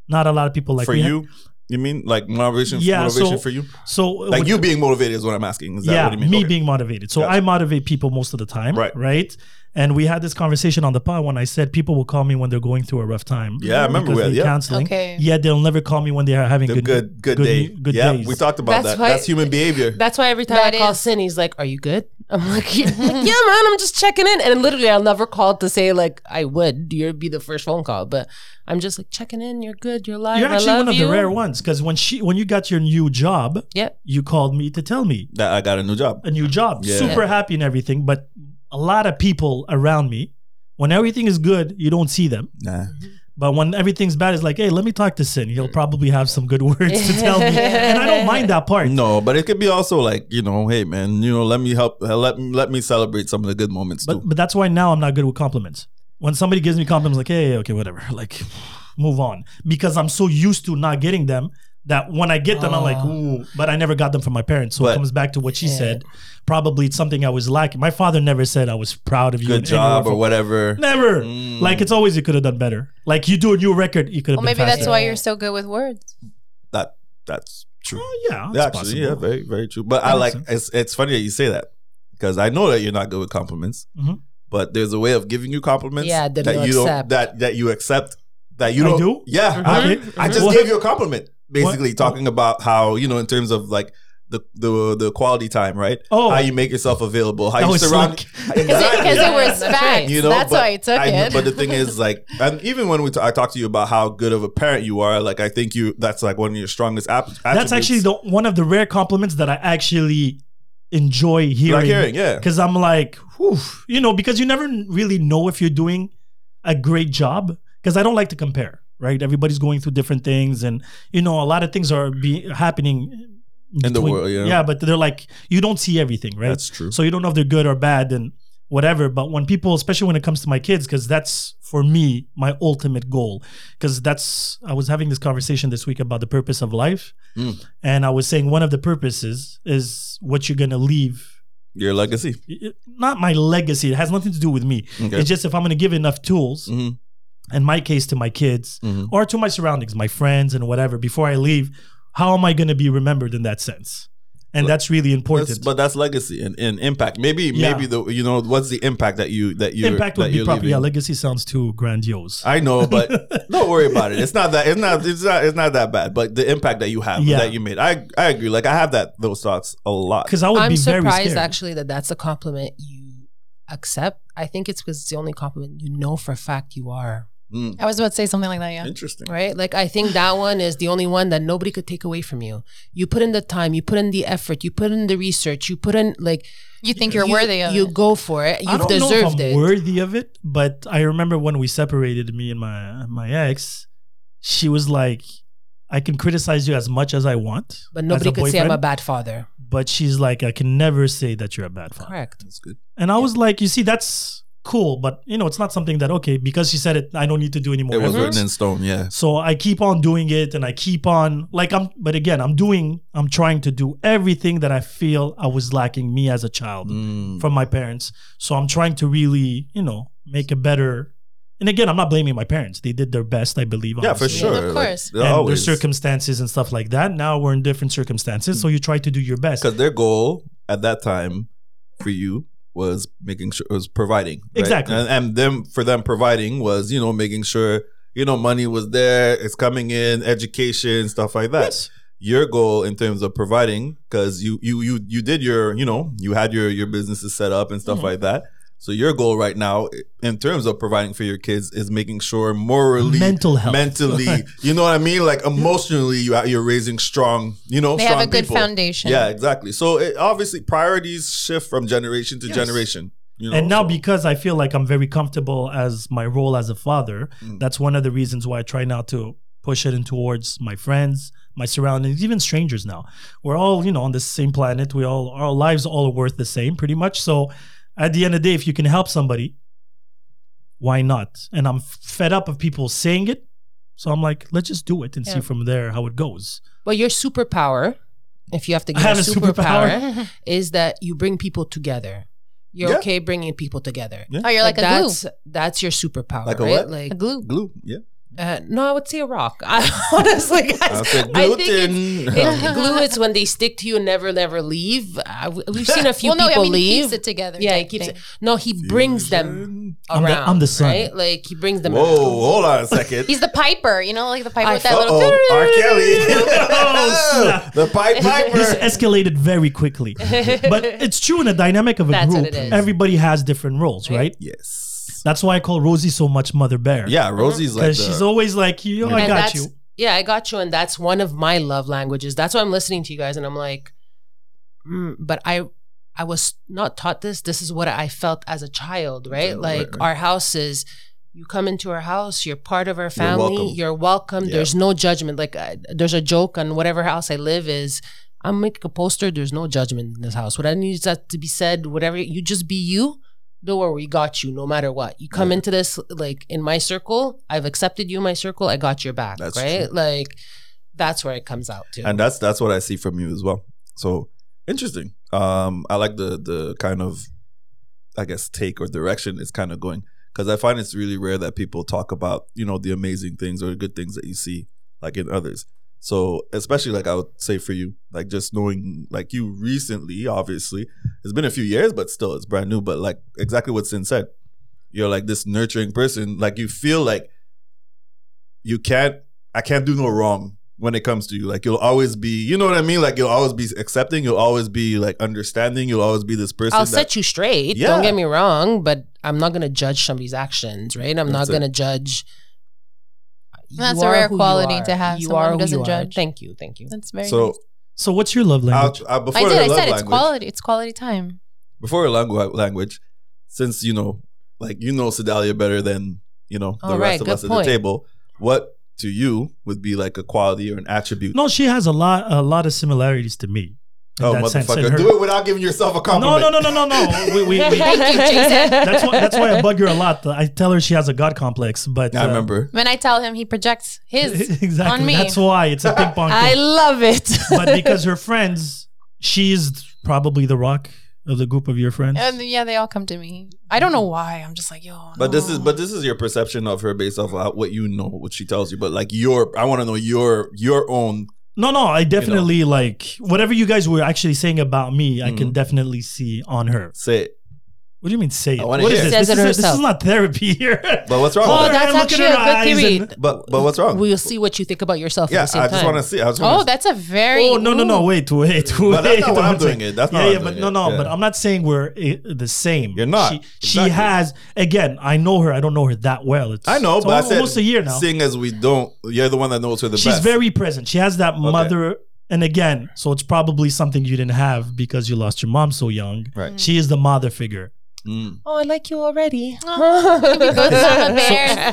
S3: Not a lot of people like
S4: for
S3: we ha-
S4: you, you mean like motivation?
S3: Yeah,
S4: motivation
S3: so-
S4: for you,
S3: so
S4: like
S3: what-
S4: you being motivated is what I'm asking. Is that
S3: yeah,
S4: what you mean?
S3: me
S4: Okay.
S3: being motivated. So
S4: Gotcha.
S3: I motivate people most of the time,
S4: Right.
S3: Right. And we had this conversation on the pod when I said people will call me when they're going through a rough time.
S4: Yeah, I remember
S3: because
S4: we had-
S3: they're
S4: yeah.
S3: counseling.
S2: Okay.
S3: Yeah, they'll never call me when they are having
S4: The
S3: good,
S4: good, good,
S3: good
S4: day.
S3: new- good
S4: yeah,
S3: days.
S4: we talked about that.
S5: That's why-
S4: That's human behavior.
S5: That's why every time
S2: That
S5: I call
S2: is-
S5: Sin, he's like, "Are you good?" I'm like, "Yeah, like, "Yeah, man, I'm just checking in." And literally, I'll never call to say like I would. You'd be the first phone call, but I'm just like checking in. You're good. You're alive.
S3: You're
S5: I
S3: actually
S5: love
S3: one of
S5: you.
S3: the rare ones because when she when you got your new job,
S5: Yep.
S3: you called me to tell me
S4: that I got a new job.
S3: a new job.
S4: Yeah.
S3: Super happy and everything, but a lot of people around me, when everything is good, you don't see them.
S4: Nah.
S3: But when everything's bad, it's like, hey, let me talk to Sin. He'll probably have some good words to tell me. And I don't mind that part.
S4: No, but it could be also like you know, hey man, you know, let me help, let me let me celebrate some of the good moments too.
S3: But but that's why now I'm not good with compliments. When somebody gives me compliments, like, hey, okay, whatever, like, move on, because I'm so used to not getting them that when I get them, I'm
S2: Ah.
S3: like, ooh, but I never got them from my parents. So it
S4: But-
S3: comes back to what she said. Probably it's something I was lacking. My father never said I was proud of you. in
S4: good
S3: any
S4: job
S3: way
S4: or
S3: from-
S4: whatever. Mm.
S3: Never. Like it's always you could have done better. Like you do a new record, you could have
S2: Well,
S3: been
S2: maybe that's
S3: faster.
S2: why you're so good with words.
S4: That that's true.
S3: Oh, yeah,
S4: Yeah,
S3: that's
S4: actually,
S3: possible.
S4: yeah, very very true. But I
S3: That
S4: like
S3: makes
S4: it's it's funny that you say that because I know that you're not good with compliments,
S3: Mhm.
S4: but there's a way of giving you compliments.
S5: Yeah, that you
S4: you don't
S5: accept.
S4: that that you accept that you
S3: I
S4: don't
S3: do?
S4: Yeah,
S3: Okay.
S4: I, I just
S3: What-
S4: gave you a compliment. Basically, talking about how you know in terms of like. The, the the quality time right
S3: Oh.
S4: how you make yourself available how
S3: That
S4: you
S3: was
S4: surround
S3: slick.
S2: Because
S4: Exactly.
S2: it, 'cause it was
S5: That's
S2: facts.
S5: right.
S4: you know
S2: that's
S4: but
S2: why I took
S4: I know-
S2: it.
S4: but the thing is like and even when we t- i talked to you about how good of a parent you are like i think you that's like one of your strongest app-
S3: That's actually the one of the rare compliments that I actually enjoy hearing.
S4: hearing, yeah.
S3: Because I'm like, whew, you know, because you never really know if you're doing a great job. Because I don't like to compare, right? Everybody's going through different things, and you know, a lot of things are be- happening
S4: In the
S3: between-
S4: world, yeah.
S3: but they're like you don't see everything, right?
S4: That's true.
S3: So you don't know if they're good or bad, and whatever. But when people, especially when it comes to my kids, because that's for me my ultimate goal. Because that's I was having this conversation this week about the purpose of life,
S4: Mm.
S3: and I was saying one of the purposes is what you're gonna leave.
S4: your legacy
S3: It- it- Not my legacy. It has nothing to do with me.
S4: Okay.
S3: It's just if I'm gonna give enough tools,
S4: Mhm.
S3: in my case, to my kids
S4: Mhm.
S3: or to my surroundings, my friends and whatever, before I leave, how am I gonna be remembered in that sense? and that's really important.
S4: That's, but that's legacy and, and impact. Maybe
S3: Yeah.
S4: maybe the you know what's the impact that you that you
S3: Impact
S4: that
S3: would be
S4: you're
S3: proper.
S4: leaving?
S3: Yeah, legacy sounds too grandiose.
S4: I know, but don't worry about it. It's not that. It's not. It's not. It's not that bad. But the impact that you have
S3: Yeah.
S4: that you made, I I agree. Like I have that those thoughts a lot.
S3: Because I would
S5: I'm
S3: be very
S5: surprised
S3: scared.
S5: actually that that's a compliment you accept. I think it's because it's the only compliment you know for a fact you are.
S4: Mm,
S2: I was about to say something like that. Yeah.
S4: Interesting.
S5: Right? Like I think that one is the only one that nobody could take away from you. You put in the time, you put in the effort, you put in the research, you put in like
S2: You think you're worthy of
S5: You
S2: it.
S5: go for it.
S3: I
S5: You've
S3: don't know if
S5: deserved
S3: I'm
S5: it.
S3: worthy of it, but I remember when we separated, me and my my ex, she was like, "I can criticize you as much as I want,
S5: But
S3: as
S5: nobody
S3: a
S5: could say I'm a
S3: boyfriend,
S5: bad father.
S3: But she's like, "I can never say that you're a bad father."
S5: Correct.
S4: That's good.
S3: And I was like, "You see, that's cool, but you know, it's not something that okay because she said it. I don't need to do any more."
S4: It was
S3: efforts.
S5: Mm-hmm.
S4: written in stone. Yeah.
S3: So I keep on doing it and I keep on like I'm but again I'm doing I'm trying to do everything that I feel I was lacking me as a child
S4: Mm.
S3: from my parents. So I'm trying to really, you know, make a better and again I'm not blaming my parents. They did their best, I believe.
S4: Yeah, for
S3: honestly.
S4: sure.
S2: Of course.
S4: Like, they're
S3: And
S4: always
S3: their circumstances and stuff like that. Now we're in different circumstances. So you try to do your best.
S4: Mm. because their goal at that time for you was making sure was providing right?
S3: Exactly.
S4: and, and them for them providing was you know making sure you know money was there it's coming in education stuff like that
S3: Yes.
S4: your goal in terms of providing because you you you you did your you know you had your your businesses set up and stuff
S2: Mm-hmm.
S4: like that so your goal right now in terms of providing for your kids is making sure morally
S3: Mental health.
S4: mentally you know what i mean like emotionally you are- you're raising strong you know
S2: They have
S4: strong
S2: a good
S4: people.
S2: foundation.
S4: yeah exactly so it, obviously priorities shift from generation to generation you know
S3: and now
S4: so-
S3: because I feel like I'm very comfortable as my role as a father,
S4: Mm.
S3: that's one of the reasons why I try now to push it in towards my friends, my surroundings, even strangers now. We're all, you know, on the same planet. We all our lives all are worth the same pretty much. So at the end of the day, if you can help somebody, why not? And I'm fed up of people saying it. So I'm like, let's just do it and see
S5: Yeah.
S3: from there how it goes.
S5: But your superpower, if you have to
S3: I
S5: give
S3: have
S5: a
S3: a
S5: superpower,
S3: superpower.
S2: Oh,
S5: is that you bring people together. You're
S4: Yeah.
S5: okay bringing people together.
S4: Yeah.
S2: Oh, you're like, a glue.
S5: that's that's your superpower,
S4: Like a
S5: right?
S4: what?
S5: Like
S2: A glue.
S4: glue yeah
S5: uh, no, I would say a rock. I honestly, guys,
S4: I said
S5: I think it's,
S4: gluten.
S5: it, glue is when they stick to you and never, never leave. I, we've seen a few
S2: well, no,
S5: people
S2: I mean,
S5: leave.
S2: he keeps it together.
S5: yeah, he
S2: type
S5: keeps
S2: thing.
S5: it. No, he brings them
S3: I'm
S5: around.
S3: the- I'm the sun.
S5: Right? Like he brings them.
S4: whoa
S5: around.
S4: hold on a second
S2: He's the piper, you know, like the piper
S5: I
S2: with that
S4: Uh-oh,
S2: little.
S4: R. Kelly.
S3: Oh, snap.
S4: the Pied
S3: This
S4: Piper.
S3: escalated very quickly. but it's true in a dynamic of a
S5: That's what
S3: group.
S5: it is.
S3: Everybody has different roles, right?
S5: Right.
S4: yes.
S3: That's why I call Rosie so much Mother Bear.
S4: Yeah, Rosie's like
S3: Because
S4: the,
S3: she's always like, yo, Oh, I
S5: And
S3: got
S5: that's-
S3: you.
S5: Yeah, I got you, and that's one of my love languages. That's why I'm listening to you guys, and I'm like, mm, but I, I was not taught this. This is what I felt as a child, right?
S4: Yeah,
S5: like
S4: right, right.
S5: our houses. You come into our house, you're part of our family,
S4: welcome.
S5: you're welcome.
S4: Yeah.
S5: There's no judgment. Like, I, there's a joke on whatever house I live is. I'm making a poster. There's no judgment in this house. What I need that to be said, whatever you just be you. Don't worry, we got you. No matter what, you come
S4: Yeah.
S5: into this like in my circle. I've accepted you in my circle. I got your back,
S4: That's
S5: right? Like that's where it comes out to.
S4: and that's that's what I see from you as well. So interesting. Um, I like the the kind of, I guess, take or direction it's kind of going because I find it's really rare that people talk about you know the amazing things or the good things that you see like in others. So especially like I would say for you, like just knowing like you recently, obviously it's been a few years, but still it's brand new. But like exactly what Sin said, you're like this nurturing person. Like you feel like you can't I can't do no wrong when it comes to you. Like you'll always be, you know what I mean? Like you'll always be accepting, you'll always be like understanding, you'll always be this person.
S5: I'll
S4: that-
S5: set you straight.
S4: Yeah.
S5: Don't get me wrong, but I'm not gonna judge somebody's actions, right? I'm
S4: That's
S5: not
S4: it.
S5: gonna judge. You
S2: That's a
S5: are
S2: rare
S5: who you
S2: quality
S5: are.
S2: to have,
S5: You
S2: someone
S5: are
S2: who
S5: who
S2: doesn't
S5: you are.
S2: judge.
S5: Thank you, thank you.
S2: That's very.
S4: so
S2: nice.
S3: So what's your love
S4: I'll-
S3: language?
S4: I- before
S2: I did.
S4: the
S2: I
S4: love
S2: said it's
S4: language,
S2: quality. It's quality time.
S4: before a langu- language, since you know, like you know Sedalia better than you know the
S5: All
S4: rest
S5: right,
S4: of
S5: good
S4: us at
S5: point.
S4: the table, what to you would be like a quality or an attribute?
S3: no, she has a lot a lot of similarities to me. In
S4: oh
S3: that sense. and
S4: motherfucker,
S3: her-
S4: do it without giving yourself a
S3: no,
S4: compliment.
S3: no, no, no, no, no. We, we, we,
S2: Thank you, Jason.
S3: that's, why, that's why I bug her a lot. I tell her she has a God complex, but.
S4: I
S3: uh,
S4: remember.
S2: When I tell him, he projects his.
S3: exactly.
S2: on me.
S3: That's why it's a ping pong
S2: I
S3: thing.
S2: love it.
S3: but because her friends, she's probably the rock of the group of your friends.
S2: And yeah, they all come to me. I don't know why. I'm just like, yo.
S4: But this is
S5: Oh.
S2: no.
S4: but this is your perception of her based off of what you know, what she tells you. But like your, I want to know your your own
S3: No, no, I definitely like whatever you guys were actually saying about me, I
S4: Mm-hmm.
S3: can definitely see on her.
S4: Say it.
S3: What do you mean say
S4: I
S3: it?
S4: wanna
S3: What is
S4: hear it.
S3: this?
S2: Says
S3: This,
S2: it
S3: is, this
S2: herself.
S3: is not therapy here.
S4: But what's wrong?
S3: Hold
S2: Oh,
S4: with
S3: her
S4: that?
S2: that's
S3: and look at
S2: actually
S3: her
S2: a good
S3: eyes
S2: theory.
S3: and-
S4: But but what's wrong?
S5: We'll see what you think about yourself
S4: yeah,
S5: at the same
S4: I just
S5: time.
S4: want to see. I just wanna
S2: Oh, that's a very.
S3: Oh no no no! Wait wait wait!
S4: But that's not why I'm
S3: Don't say-
S4: doing it. That's not
S3: yeah
S4: why I'm
S3: yeah. But
S4: doing
S3: no
S4: it.
S3: no.
S4: Yeah.
S3: But I'm not saying we're eh, the same.
S4: You're not.
S3: She, she
S4: Exactly.
S3: has again. I know her. I don't know her that well. It's
S4: I know,
S3: it's
S4: but I
S3: al-
S4: said
S3: almost a year now.
S4: Seeing as we don't, you're the one that knows her the
S3: She's
S4: best.
S3: very present. She has that mother. And again, so it's probably something you didn't have because you lost your mom so young.
S4: Right.
S3: She is the mother figure.
S4: Mm.
S5: Oh, I like you already.
S2: Mama Bear.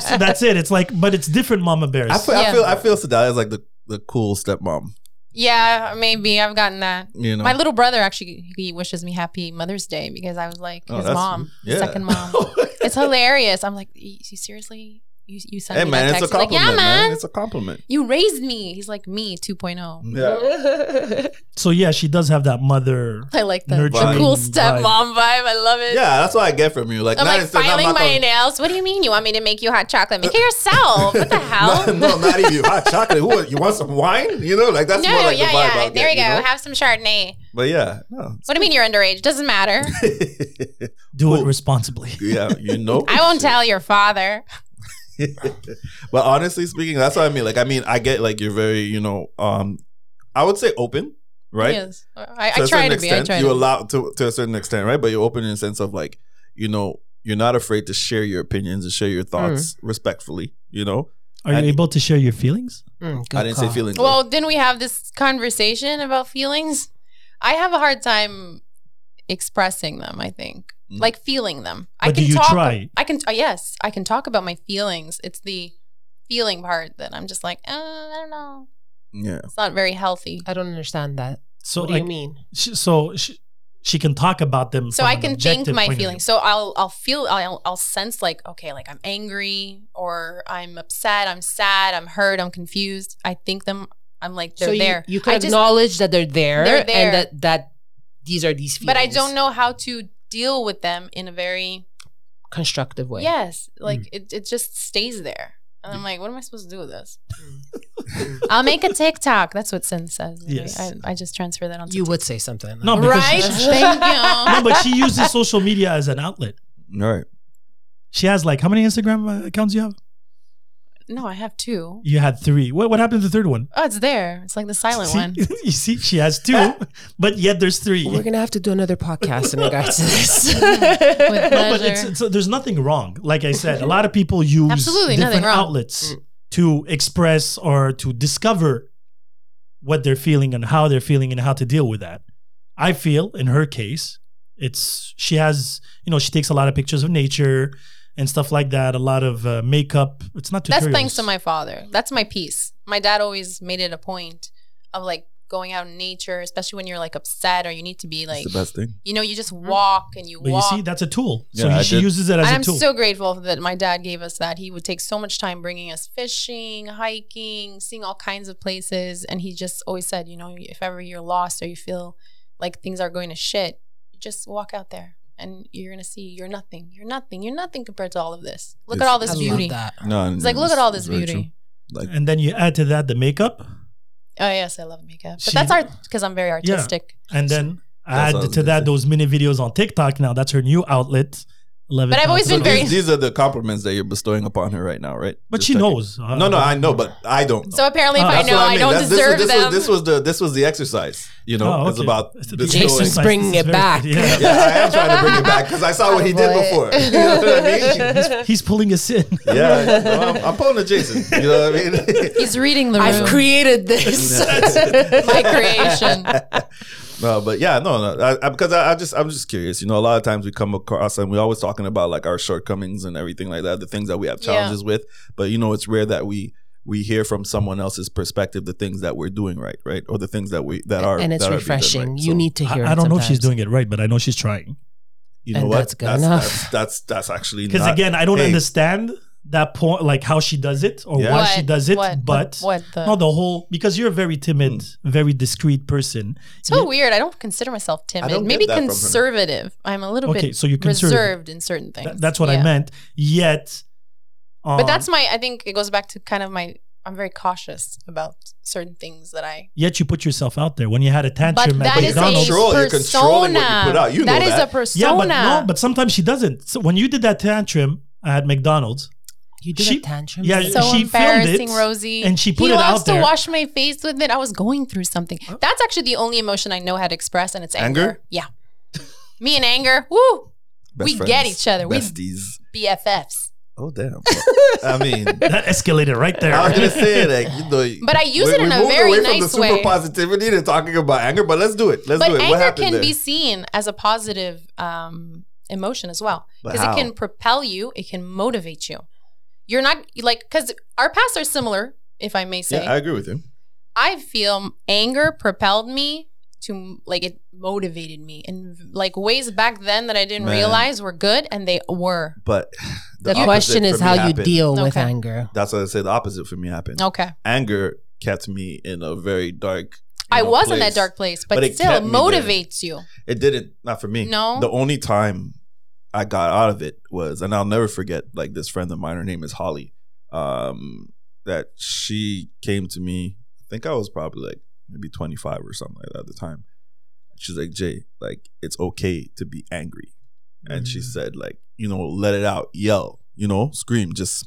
S3: So that's it. It's like, but it's different, Mama Bears.
S4: I feel, I
S2: Yeah.
S4: feel I feel Sadala is like the, the cool stepmom.
S2: yeah, maybe I've gotten that.
S4: You know,
S2: My little brother actually he wishes me happy Mother's Day because I was like
S4: Oh,
S2: his
S4: that's-
S2: mom,
S4: yeah.
S2: second mom. it's hilarious. I'm like, you you seriously, you you sent
S4: hey
S2: me
S4: man,
S2: that
S4: it's a
S2: text. He's like,
S4: compliment.
S2: yeah,
S4: man.
S2: man,
S4: it's a compliment.
S2: you raised me. He's like me oh." 2.0.
S4: Yeah,
S3: so yeah, she does have that mother.
S2: I like the, the
S3: Nurturing
S2: cool
S3: vibe.
S2: stepmom vibe. I love it.
S4: yeah, that's what I get from you. Like,
S2: I'm
S4: not
S2: like
S4: instead-
S2: filing
S4: not,
S2: my
S4: not
S2: nails. What do you mean? You want me to make you hot chocolate? Make it yourself. What the hell?
S4: the, no, no, not even you. hot chocolate. Who want- you want some wine? You know, like that's more like the vibe. I
S2: There we
S4: get,
S2: go.
S4: you know?
S2: Have some Chardonnay.
S4: But yeah, no.
S2: What do you mean you're underage? Doesn't matter.
S3: Do it
S4: Cool.
S3: responsibly.
S4: yeah, you know.
S2: I won't tell your father.
S4: But honestly speaking, that's what I mean. Like, I mean, I get like you're very, you know, um, I would say open, right?
S2: Yes. I,
S4: to
S2: I
S4: a
S2: try
S4: certain
S2: to be. I
S4: extent,
S2: try
S4: you
S2: to be.
S4: allow to to a certain extent, right? But you're open in the sense of like, you know, you're not afraid to share your opinions and share your thoughts respectfully. You know,
S3: Are you
S4: I-
S3: able to share your feelings?
S5: Mm, good
S4: I didn't
S5: call.
S4: say feelings.
S2: Well, didn't we have this conversation about feelings? I have a hard time expressing them, I think.
S4: Mm.
S2: Like feeling them. I
S3: But do
S2: can
S3: you
S2: talk
S3: try?
S2: I can uh, yes, I can talk about my feelings. It's the feeling part that I'm just like, uh, I don't know.
S4: yeah,
S2: It's not very healthy.
S5: I don't understand that.
S3: So
S5: what do
S3: like,
S5: you mean?
S3: She, so she, she can talk about them.
S2: so
S3: from
S2: I
S3: an
S2: can think
S3: objective
S2: my
S3: point of view.
S2: feelings. So I'll I'll feel I'll I'll sense like okay, like I'm angry or I'm upset, I'm sad, I'm hurt, I'm confused. I think them. I'm like they're
S5: so you-
S2: there.
S5: You, can
S2: I just,
S5: acknowledge that they're there,
S2: They're there.
S5: and that that these are these feelings,
S2: but I don't know how to deal with them in a very
S5: constructive way.
S2: yes, like
S3: Mm.
S2: it it just stays there. And I'm like, what am I supposed to do with this?
S5: Mm.
S2: I'll make a TikTok. That's what Sin says. Maybe
S3: Yes.
S2: I, I just transfer that onto
S5: you would say something.
S3: No,
S5: like,
S3: because-
S2: right. Thank you.
S3: No, but she uses social media as an outlet.
S4: all right.
S3: She has like how many Instagram uh, accounts you have?
S2: No, I have two.
S3: You had three. What what happened to the third one?
S2: Oh, it's there. It's like the silent
S3: See?
S2: one.
S3: you see, she has two, but yet there's three.
S5: we're gonna have to do another podcast in regards to
S2: With
S5: this.
S3: No, but it's,
S2: pleasure.
S3: it's there's nothing wrong. Like I said, a lot of people use
S2: Absolutely nothing
S3: different
S2: wrong.
S3: outlets to express or to discover what they're feeling and how they're feeling and how to deal with that. I feel in her case, it's she has you know she takes a lot of pictures of nature and stuff like that. A lot of uh, makeup. It's not tutorials.
S2: That's thanks to my father. That's my piece. My dad always made it a point of like going out in nature, especially when you're like upset or you need to be like,
S4: it's the best thing.
S2: you know, you just walk and you
S3: But you
S2: walk.
S3: see, that's a tool. So
S4: Yeah,
S3: he-
S4: I
S3: she
S4: did.
S3: uses it
S2: and
S3: as
S2: I'm
S3: a tool.
S2: so grateful that my dad gave us that. He would take so much time bringing us fishing, hiking, seeing all kinds of places. And he just always said, you know, if ever you're lost or you feel like things are going to shit, you just walk out there and you're going to see you're nothing. You're nothing. You're nothing compared to all of this. Look at
S4: Yes.
S2: all
S5: I
S2: this
S5: love
S2: beauty.
S5: that.
S4: No,
S2: It's like, look at all this
S4: very
S2: beauty.
S4: true. Like,
S3: and then you add to that the makeup,
S2: Oh yes, I love makeup. But
S3: She-
S2: that's art because I'm very artistic.
S3: and then
S4: That's what I
S3: add
S4: was
S3: to
S4: gonna
S3: that
S4: say.
S3: those mini videos on TikTok. Now that's her new outlet. Love it.
S2: But I've always
S3: Love
S2: been
S3: it.
S2: very-
S4: these, these are the compliments that you're bestowing upon her right now, right?
S3: But
S4: Just
S3: she
S4: checking.
S3: knows. Uh,
S4: No, no, I know, but I don't. know.
S2: So apparently, if
S3: Oh.
S2: I
S4: Uh, That's
S2: know
S4: what
S2: I,
S4: mean.
S2: don't
S4: That's- this
S2: deserve
S4: was, this
S2: them,
S4: Was, this was the this was the exercise. You know,
S3: Oh,
S4: it's
S3: okay.
S4: about
S3: It's the
S4: bestowing.
S5: Jason's
S3: exercise.
S5: bringing
S3: This is very-
S5: it back.
S3: Yeah.
S4: Yeah, I am trying to bring it back because I saw what he did before. You know what I mean?
S3: He's, he's pulling us in.
S4: Yeah, no, I'm, I'm pulling a Jason. You know what I mean?
S2: he's reading the room.
S5: I've created this.
S2: my creation.
S4: no, but yeah, no, no, I, I, because I, I just I'm just curious. You know, a lot of times we come across and we're always talking about like our shortcomings and everything like that, the things that we have
S2: Yeah.
S4: challenges with. But you know, it's rare that we we hear from someone else's perspective the things that we're doing right, right, or the things that we that are
S5: and it's
S4: that are being done
S5: refreshing.
S4: right.
S5: You
S4: So,
S5: need to hear.
S3: I, I
S5: it
S3: don't know if she's
S5: sometimes.
S3: doing it right, but I know she's trying.
S4: you know
S5: and
S4: what?
S5: that's good enough.
S4: That's, that's that's actually
S3: Because
S4: not-
S3: again, I don't
S4: Hey.
S3: understand that point, like how she does it or
S4: Yeah.
S3: why
S2: What,
S3: she does it.
S2: what,
S3: but
S2: what the?
S3: no, the whole because you're a very timid,
S4: Mm.
S3: very discreet person.
S2: so weird. I don't consider myself
S4: I don't
S2: timid.
S4: get
S2: Maybe
S4: that from her.
S2: conservative. I'm a little
S3: Okay,
S2: bit
S3: so you're conservative.
S2: reserved in certain things.
S3: Th- that's what I
S2: Yeah.
S3: meant. Yet, um,
S2: But that's my. I think it goes back to kind of my I'm very cautious about certain things that I.
S3: Yet you put yourself out there when you had a tantrum
S2: but
S3: at
S2: that is a
S3: McDonald's.
S4: Control, you're controlling what you
S2: persona.
S4: put out. You know
S2: that is
S4: that.
S2: a
S3: yeah,
S2: persona.
S3: but no, but sometimes she doesn't. So when you did that tantrum at McDonald's,
S5: You did
S3: She-
S5: a tantrum.
S3: yeah,
S5: sis?
S2: so um,
S3: she filmed
S2: embarrassing,
S3: it,
S2: Rosie.
S3: and she put
S2: he
S3: it
S2: loves
S3: out
S2: to
S3: there.
S2: wash my face with it. I was going through something. That's actually the only emotion I know how to express, and it's anger.
S4: Anger?
S2: Yeah, me and anger. Woo, We get each other. We-
S4: Besties.
S2: BFFs.
S4: Oh damn. I mean,
S3: that escalated right there.
S4: I was gonna say like you know.
S2: But I use
S4: we-
S2: it
S4: we
S2: in a
S4: moved
S2: very
S4: away from
S2: nice
S4: the super
S2: way.
S4: positivity to talking about anger, but let's do it. Let's
S2: But
S4: do it. what
S2: anger
S4: happened
S2: can
S4: there?
S2: be seen as a positive um, emotion as well
S4: But
S2: because it
S4: how?
S2: can propel you. It can motivate you. You're not like because our paths are similar, if I may say.
S4: Yeah, I agree with you.
S2: I feel anger propelled me to like it motivated me in like ways back then that I didn't
S4: Man.
S2: realize were good and they were.
S4: But
S5: the
S4: opposite
S5: question is
S4: for me
S5: how you
S4: happened.
S5: deal with
S2: Okay.
S5: anger.
S4: That's what I said. The opposite for me happened.
S2: Okay.
S4: Anger kept me in a very dark. you
S2: I
S4: know,
S2: was in
S4: place.
S2: that dark place, but,
S4: But it
S2: still
S4: kept
S2: it
S4: me there.
S2: motivates you.
S4: It didn't. Not for me.
S2: No?
S4: The only time I got out of it was, and I'll never forget. Like this friend of mine, her name is Holly. Um, that she came to me. I think I was probably like maybe 25 or something like that at the time. She's like, Jay, like it's okay to be angry, and she said, like you know, let it out, yell, you know, scream, just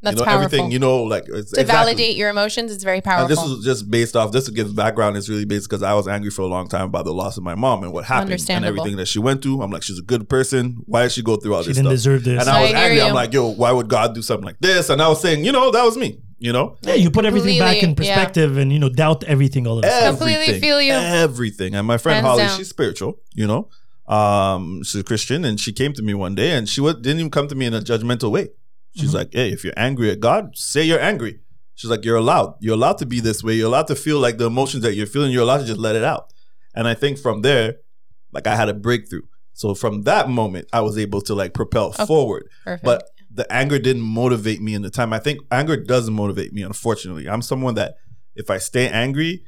S2: That's
S4: you know
S2: powerful.
S4: everything, you know, like it's,
S2: to
S4: exactly.
S2: validate your emotions is very powerful.
S4: And this was just based off. This to give background. It's really based because I was angry for a long time about the loss of my mom and what happened and
S2: Understandable.
S4: everything that she went through. I'm like, she's a good person. Why did she go through all
S3: she
S4: this
S3: didn't
S4: stuff?
S3: deserve this.
S4: And I was
S2: I hear
S4: angry.
S2: you.
S4: I'm like, yo, why would God do something like this? And I was saying, you know, that was me. You know,
S3: yeah, you put everything back in
S2: Completely, yeah.
S3: perspective and you know doubt everything all of a sudden.
S2: Completely
S4: everything,
S2: feel you.
S4: everything. And my friend
S2: Hands
S4: Holly,
S2: down.
S4: she's spiritual. You know, um, she's a Christian, and she came to me one day, and she wa- didn't even come to me in a judgmental way.
S2: Mm-hmm.
S4: She's
S3: Mhm.
S4: like, hey, if you're angry at God, say you're angry. She's like, you're allowed. You're allowed to be this way. You're allowed to feel like the emotions that you're feeling. You're allowed to just let it out. And I think from there, like I had a breakthrough. So from that moment, I was able to like propel
S2: Okay.
S4: forward.
S2: Perfect.
S4: But the anger didn't motivate me in the time. I think anger does motivate me. Unfortunately, I'm someone that if I stay angry,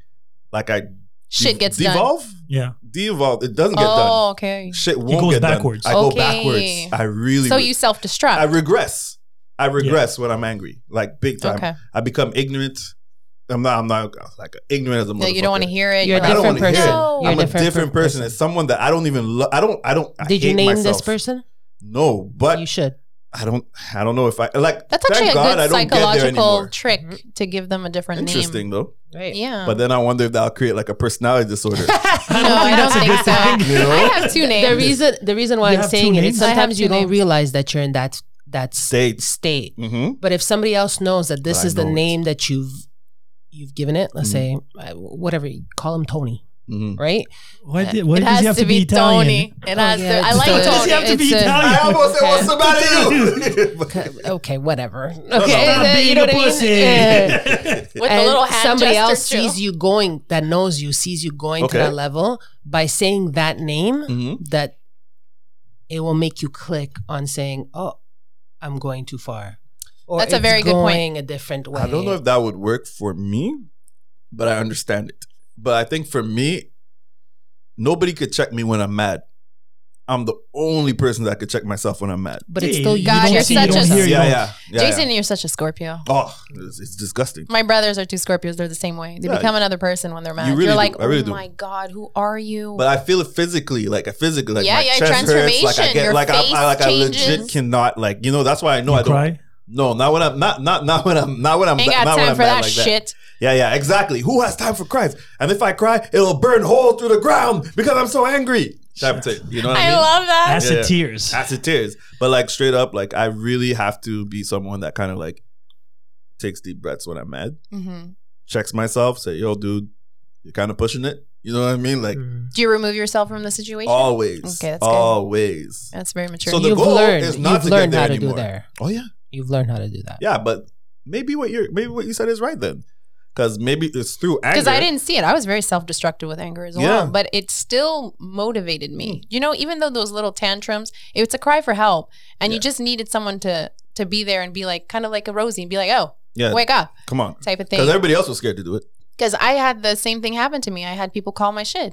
S4: like I
S2: Shit
S4: de-
S2: gets done.
S4: devolve,
S3: Yeah.
S4: devolve. It doesn't get
S2: Oh, okay.
S4: done. Shit won't
S3: goes
S4: get
S3: backwards.
S4: Done. I
S2: Okay.
S4: go backwards. I really.
S2: So you self
S4: I
S2: destruct.
S4: regress. I regress when I'm angry, like big time.
S2: okay.
S4: I become ignorant. I'm not. I'm not like ignorant as a motherfucker.
S2: No, you don't want to hear it.
S5: You're a
S4: I don't
S5: different
S4: wanna hear
S5: person.
S4: it.
S2: No.
S5: You're
S4: I'm a different,
S5: different
S4: person.
S5: person.
S4: It's someone that I don't even. Lo- I don't. I don't. I
S5: Did you
S4: hate
S5: name
S4: myself.
S5: this person?
S4: No, but
S5: you should.
S4: I don't. I don't know if I like.
S2: That's actually a
S4: thank God
S2: good
S4: I don't get there
S2: psychological
S4: anymore.
S2: trick to give them a different name.
S4: Interesting though.
S5: Right.
S2: Yeah.
S4: But then I wonder if that'll create like a personality disorder.
S2: no, I don't think so.
S4: you know?
S2: I have two names.
S5: The reason the reason why
S3: You
S5: I'm
S3: have two
S5: saying it is
S3: names?
S2: I have
S5: sometimes you
S2: two
S5: don't
S2: names.
S5: realize that you're in that that
S4: State.
S5: state.
S4: Mm-hmm.
S5: But if somebody else knows that this
S4: I
S5: is the
S4: know it.
S5: name that you've you've given it, let's
S4: Mm.
S5: say uh, whatever you call him Tony,
S4: Mm-hmm.
S5: right?
S3: Why, did, why does he have to be, Italian?
S2: Tony. It has
S5: Oh,
S2: to.
S5: yeah,
S2: I
S5: it's
S2: like
S5: a-
S3: Why does he
S2: Tony.
S3: have to be
S5: It's a-
S4: I
S3: Italian?
S4: almost said,
S5: Okay.
S4: "What's the matter with you?"
S5: Okay, whatever. Okay,
S4: Stop
S5: uh,
S3: being
S5: you know
S3: a
S5: what I mean?
S3: pussy.
S5: Yeah.
S2: with
S5: and
S2: the little hand
S5: somebody
S2: gesture
S5: else
S2: too.
S5: sees you going that knows you sees you going
S4: Okay.
S5: to that level by saying that name
S4: Mhm.
S5: that it will make you click on saying oh i'm going too far or
S2: That's a
S5: it's
S2: very good point.
S5: going a different way
S4: I don't know if that would work for me, but I understand it. But I think for me, nobody could check me when I'm mad. I'm the only person that could check myself when I'm mad.
S5: but it's still
S3: you
S5: you
S2: God,
S5: don't
S2: you're
S5: see
S2: such
S5: you don't
S2: a-
S5: hear
S4: Yeah, yeah, yeah.
S2: Jason,
S4: yeah.
S2: you're such a Scorpio.
S4: Oh, it's, it's disgusting.
S2: My brothers are two Scorpios. They're the same way. They
S4: Yeah.
S2: become another person when they're mad. You
S4: really
S2: are
S4: do.
S2: like,
S4: I really
S2: oh
S4: do.
S2: my god, who are you?
S4: But I feel it physically, like I physically, like
S2: Yeah,
S4: my
S2: yeah,
S4: chest hurts. Like I
S2: transformation.
S4: get,
S2: Your
S4: like
S2: face
S4: I, I, like I legit
S2: changes.
S4: cannot, like you know. That's why I know I
S3: you
S4: don't.
S3: cry?
S4: No, not when I'm not not not when I'm not when I'm
S2: Ain't
S4: not
S2: got
S4: when
S2: time
S4: I'm
S2: for that
S4: mad like
S2: shit.
S4: Yeah, yeah, exactly. Who has time for Christ? And if I cry, it'll burn hole through the ground because I'm so angry. Type of thing. You know what I,
S2: I
S4: mean?
S2: love that.
S3: Acid
S4: yeah.
S3: tears.
S4: Acid tears. But like straight up, like I really have to be someone that kind of like takes deep breaths when I'm mad,
S2: hmm
S4: checks myself, say, yo, dude, you're kind of pushing it. You know what I mean? Like
S5: Mm.
S2: Do you remove yourself from the situation?
S4: always,
S2: Mm. Okay, that's good.
S4: always.
S2: That's very mature.
S4: So the
S5: you've
S4: goal
S5: learned
S4: is not
S5: you've
S4: to get
S5: learned
S4: there
S5: how to
S4: anymore.
S5: do there
S4: Oh yeah,
S5: you've learned how to do that
S4: yeah. But maybe what you're maybe what you said is right then, because maybe it's through anger.
S2: because I didn't see it. I was very self-destructive with anger as well,
S4: Yeah. Hmm.
S2: but it still motivated me. You know, even though those little tantrums, it's a cry for help, and you
S4: Yeah.
S2: just needed someone to to be there and be like, kind of like a Rosie, and be like, "Oh,
S4: Yeah,
S2: wake up,"
S4: come on.
S2: type of
S4: Because
S2: thing.
S4: everybody else was scared to do it.
S2: Because I had the same thing happen to me. I had people call my shit,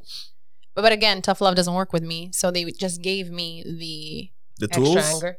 S2: but but again, tough love doesn't work with me, so they just gave me the
S4: The
S5: extra
S4: tools.
S5: anger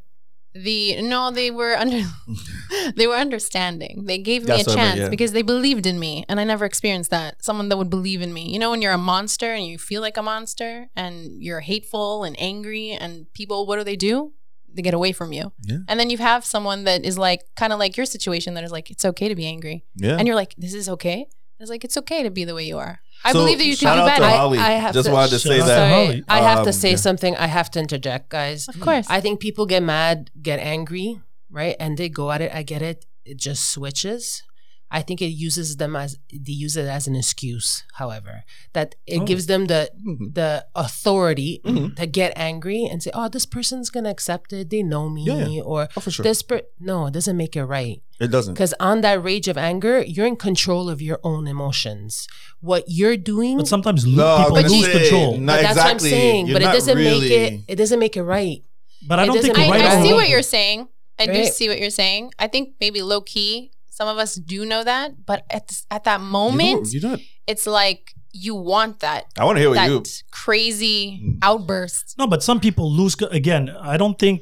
S2: the no they were under they were understanding they gave me
S4: That's
S2: a
S4: what I
S2: chance
S4: meant, yeah.
S2: because they believed in me and i never experienced that someone that would believe in me you know when you're a monster and you feel like a monster and you're hateful and angry and people what do they do they get away from you
S4: Yeah.
S2: and then you have someone that is like kind of like your situation that is like it's okay to be angry
S4: Yeah.
S2: and you're like this is okay it's like it's okay to be the way you are i
S4: So,
S2: believe that you can
S4: shout
S2: do
S4: out
S2: better
S4: to
S5: I-
S4: Holly.
S5: I have
S4: Just
S5: to-
S4: wanted to say
S3: Shout out to-
S4: that.
S5: Sorry, I have
S4: Um,
S5: to say
S4: yeah.
S5: something. I have to interject, guys.
S2: of course
S5: I think people get mad, get angry, right? And they go at it. I get it. It just switches. I think it uses them as they use it as an excuse. However, that it
S3: Oh.
S5: gives them the
S4: Mhm.
S5: the authority
S4: Mhm.
S5: to get angry and say, "Oh, this person's gonna accept it. They know me,"
S4: Yeah, yeah.
S5: or
S4: Oh, for sure.
S5: this per no, it doesn't make it right.
S4: It doesn't.
S5: Because on that rage of anger, you're in control of your own emotions. What you're doing
S3: But sometimes lo-
S4: No, I was
S3: people
S4: gonna
S3: lose
S4: say,
S3: control.
S4: not
S5: But that's what I'm
S4: exactly.
S5: saying.
S4: You're
S5: but it
S4: not
S5: doesn't make
S4: really-
S5: it. It doesn't make it right.
S3: But I
S5: It
S3: don't think
S5: doesn't-
S3: right
S5: or
S2: I, I see
S5: wrong.
S2: what you're saying. I do
S5: Right.
S2: see what you're saying. I think maybe low key, some of us do know that, but at this, at that
S4: You don't-
S2: moment,
S4: You don't.
S2: it's like you want that
S4: I want to hear what
S2: that
S4: you.
S2: crazy
S4: Mm.
S2: outburst.
S3: No, but some people lose co- again. I don't think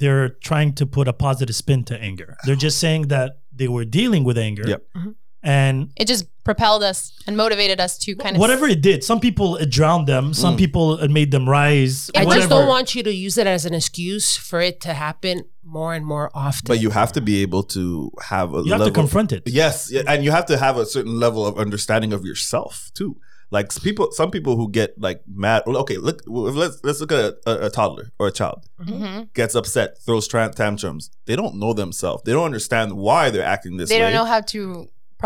S3: they're trying to put a positive spin to anger. They're just saying that they were dealing with anger.
S4: Yep.
S2: Mm-hmm.
S5: Mhm.
S3: And
S2: It just propelled us and motivated us to kind of
S3: whatever it did, some people it drowned them. Some
S4: Mm.
S3: people it made them rise.
S5: I
S3: whatever.
S5: just don't want you to use it as an excuse for it to happen more and more often.
S4: But you have to be able to have a
S3: you have
S4: level.
S3: to confront it.
S4: Yes, yeah, and you have to have a certain level of understanding of yourself too. Like s- people, some people who get like mad. well, Okay, look, well, let's let's look at a, a toddler or a child
S2: Mhm.
S4: gets upset, throws tra- tantrums. They don't know themselves. They don't understand why they're acting this
S2: they
S4: way.
S2: don't know how to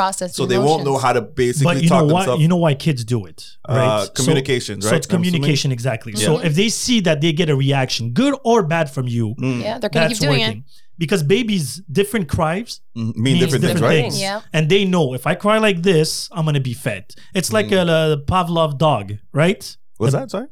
S2: process.
S4: so they won't know
S2: emotions.
S4: how to basically
S3: but you
S4: talk
S3: know why?
S4: themselves.
S3: You know why kids do it, right?
S4: uh, communication,
S3: So,
S4: right?
S3: so it's
S4: I'm assuming?
S3: communication exactly.
S4: Yeah.
S3: So if they see that they get a reaction, good or bad, from you,
S4: Mm,
S2: Yeah, they're gonna
S3: that's
S2: keep doing
S3: working. Because babies different cries
S4: mm, mean different, things, right?
S2: it. Yeah,
S3: and they know if I cry like this, I'm gonna be fed. It's like
S4: Mm.
S3: a, uh Pavlov dog, right?
S4: What's that? Sorry,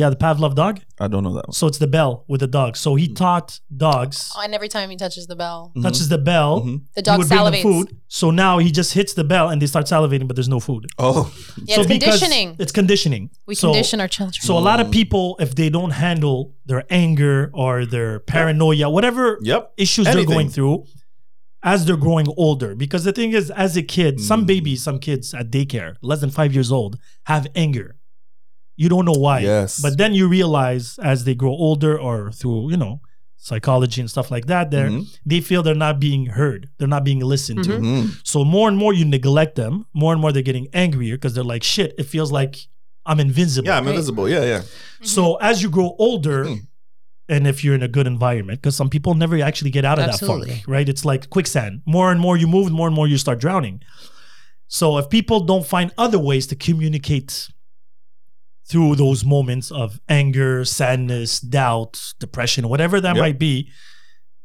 S3: Yeah, the Pavlov dog.
S4: I don't know that one.
S3: So it's the bell with the dog. So
S4: Mm.
S3: he taught dogs
S2: and every time he touches the bell,
S4: Mhm.
S3: touches the bell.
S4: Mhm.
S2: Oh,
S3: he
S2: the dog
S3: would bring them
S2: salivates.
S3: food. So now he just hits the bell and they start salivating, but there's no food.
S4: Oh,
S2: Yeah,
S3: so because
S2: it's conditioning.
S3: It's conditioning.
S2: We
S3: so,
S2: condition our children.
S3: So a lot
S4: Mm.
S3: of people, if they don't handle their anger or their paranoia, whatever
S4: yep.
S3: issues
S4: Anything.
S3: they're going through as they're growing older. Because the thing is, as a kid, some
S4: Mm.
S3: babies, some kids at daycare, less than five years old, have anger. You don't know why.
S4: Yes.
S3: But then you realize as they grow older or through, you know, psychology and stuff like that, they're,
S4: Mhm.
S3: they feel they're not being heard. They're not being listened to.
S4: Mm.
S3: So more and more you neglect them, more and more they're getting angrier because they're like, shit, it feels like I'm invincible.
S4: Yeah, I'm invisible. Yeah, yeah.
S3: So as you grow older,
S4: Mm-hmm. Hmm.
S3: and if you're in a good environment, because some people never actually get out of that
S5: Absolutely.
S3: funk, right? It's like quicksand. More and more you move, and more and more you start drowning. So if people don't find other ways to communicate through those moments of anger, sadness, doubt, depression, whatever that
S4: Yep.
S3: might be,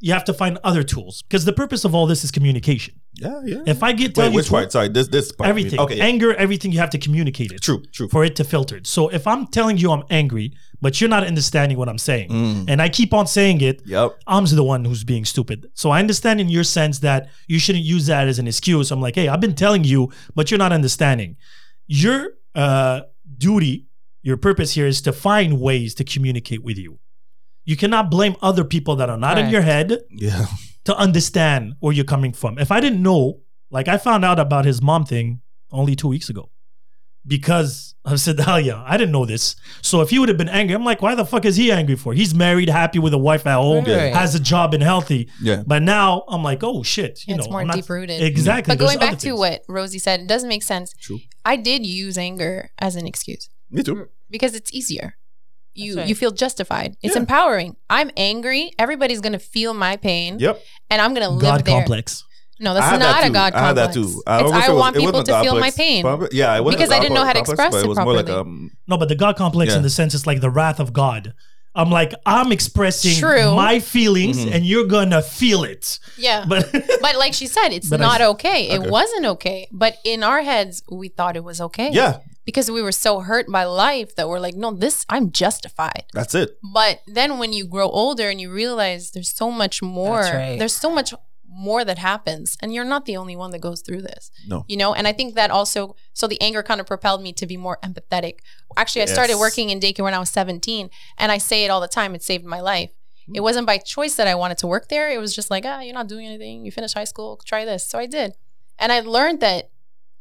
S3: you have to find other tools. Because the purpose of all this is communication.
S4: Yeah, yeah.
S3: If I get tell
S4: Wait,
S3: you
S4: which
S3: to-
S4: part? Sorry, this this part.
S3: everything,
S4: Okay. yeah.
S3: anger, everything, you have to communicate it
S4: True. True.
S3: for it to filter it. So if I'm telling you I'm angry, but you're not understanding what I'm saying,
S4: Mm.
S3: and I keep on saying it,
S4: Yep.
S3: I'm the one who's being stupid. So I understand in your sense that you shouldn't use that as an excuse. I'm like, hey, I've been telling you, but you're not understanding. Your uh, duty, your purpose here is to find ways to communicate with you. You cannot blame other people that are not in
S5: Correct.
S3: your head
S4: Yeah.
S3: to understand where you're coming from. If I didn't know, like I found out about his mom thing only two weeks ago because of Sedalia. I didn't know this. So if he would have been angry, I'm like, why the fuck is he angry for? He's married, happy with a wife at home,
S5: Right.
S3: has a job and healthy.
S4: Yeah.
S3: But now I'm like, oh shit, you
S2: Yeah,
S3: know,
S2: it's more
S3: I'm not-
S2: deep-rooted.
S3: Exactly.
S2: But going
S3: There's
S2: back
S3: other
S2: to
S3: things.
S2: what Rosie said, it doesn't make sense.
S4: True.
S2: I did use anger as an excuse.
S4: Me too.
S2: because it's easier. You
S5: right.
S2: you feel justified. It's
S4: Yeah.
S2: empowering. I'm angry. Everybody's gonna feel my pain,
S4: Yep.
S2: and I'm gonna live
S3: God
S2: there.
S3: complex.
S2: No,
S4: I
S2: that's
S4: had
S2: not
S4: that
S2: a
S4: too.
S2: God
S4: I had
S2: complex.
S4: that too.
S2: I, it's,
S4: wasn't-
S2: I want
S4: it
S2: people
S4: wasn't
S2: to
S4: a
S2: feel my
S4: complex.
S2: pain.
S4: Probably- Yeah, it wasn't
S2: Because
S4: a
S2: I didn't know how to
S4: complex, but
S2: express it
S4: it was more like
S2: properly.
S4: um,
S3: No, but the God complex in
S4: Yeah.
S3: the sense it's like the wrath of God. I'm like, I'm expressing
S2: True.
S3: my feelings
S4: Mhm.
S3: and you're gonna feel it.
S2: Yeah, but,
S3: But
S2: like she said, it's
S3: But I-
S2: not okay. It
S4: Okay.
S2: wasn't okay. But in our heads, we thought it was okay.
S4: yeah,
S2: because we were so hurt by life that we're like, no, this I'm justified.
S4: that's it.
S2: But then when you grow older and you realize there's so much more,
S5: That's right.
S2: there's so much more that happens, and you're not the only one that goes through this.
S4: No.
S2: You know, and I think that also, so the anger kind of propelled me to be more empathetic. Actually, I started
S4: Yes.
S2: working in daycare when I was 17, and I say it all the time, it saved my life.
S4: Hmm.
S2: It wasn't by choice that I wanted to work there. It was just like, ah, you're not doing anything. You finished high school, try this. So I did. And I learned that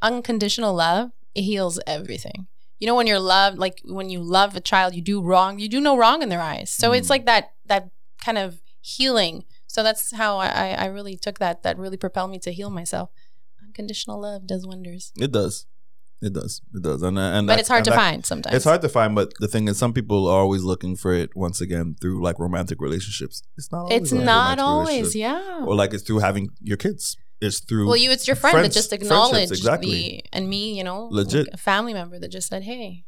S2: unconditional love it heals everything. You know, when you're loved, like when you love a child, you do wrong, you do no wrong in their eyes. So it's
S4: Mm.
S2: like that that kind of healing. So that's how I, I- I really took that. That really propelled me to heal myself. Unconditional love does wonders.
S4: It does. It does. It does. And uh, and
S2: But
S4: that-
S2: it's hard
S4: and
S2: to
S4: that-
S2: find sometimes.
S4: It's hard to find, but the thing is, some people are always looking for it once again through like romantic relationships. It's not. Always
S2: It's
S4: a
S2: not
S4: romantic
S2: always,
S4: relationship.
S2: yeah.
S4: Or like it's through having your kids. It's through.
S2: Well, you, it's your friend that
S4: Friends-
S2: just
S4: friendships,
S2: acknowledged
S4: exactly.
S2: the, and me, you know,
S4: Legit.
S2: like a family member that just said, hey.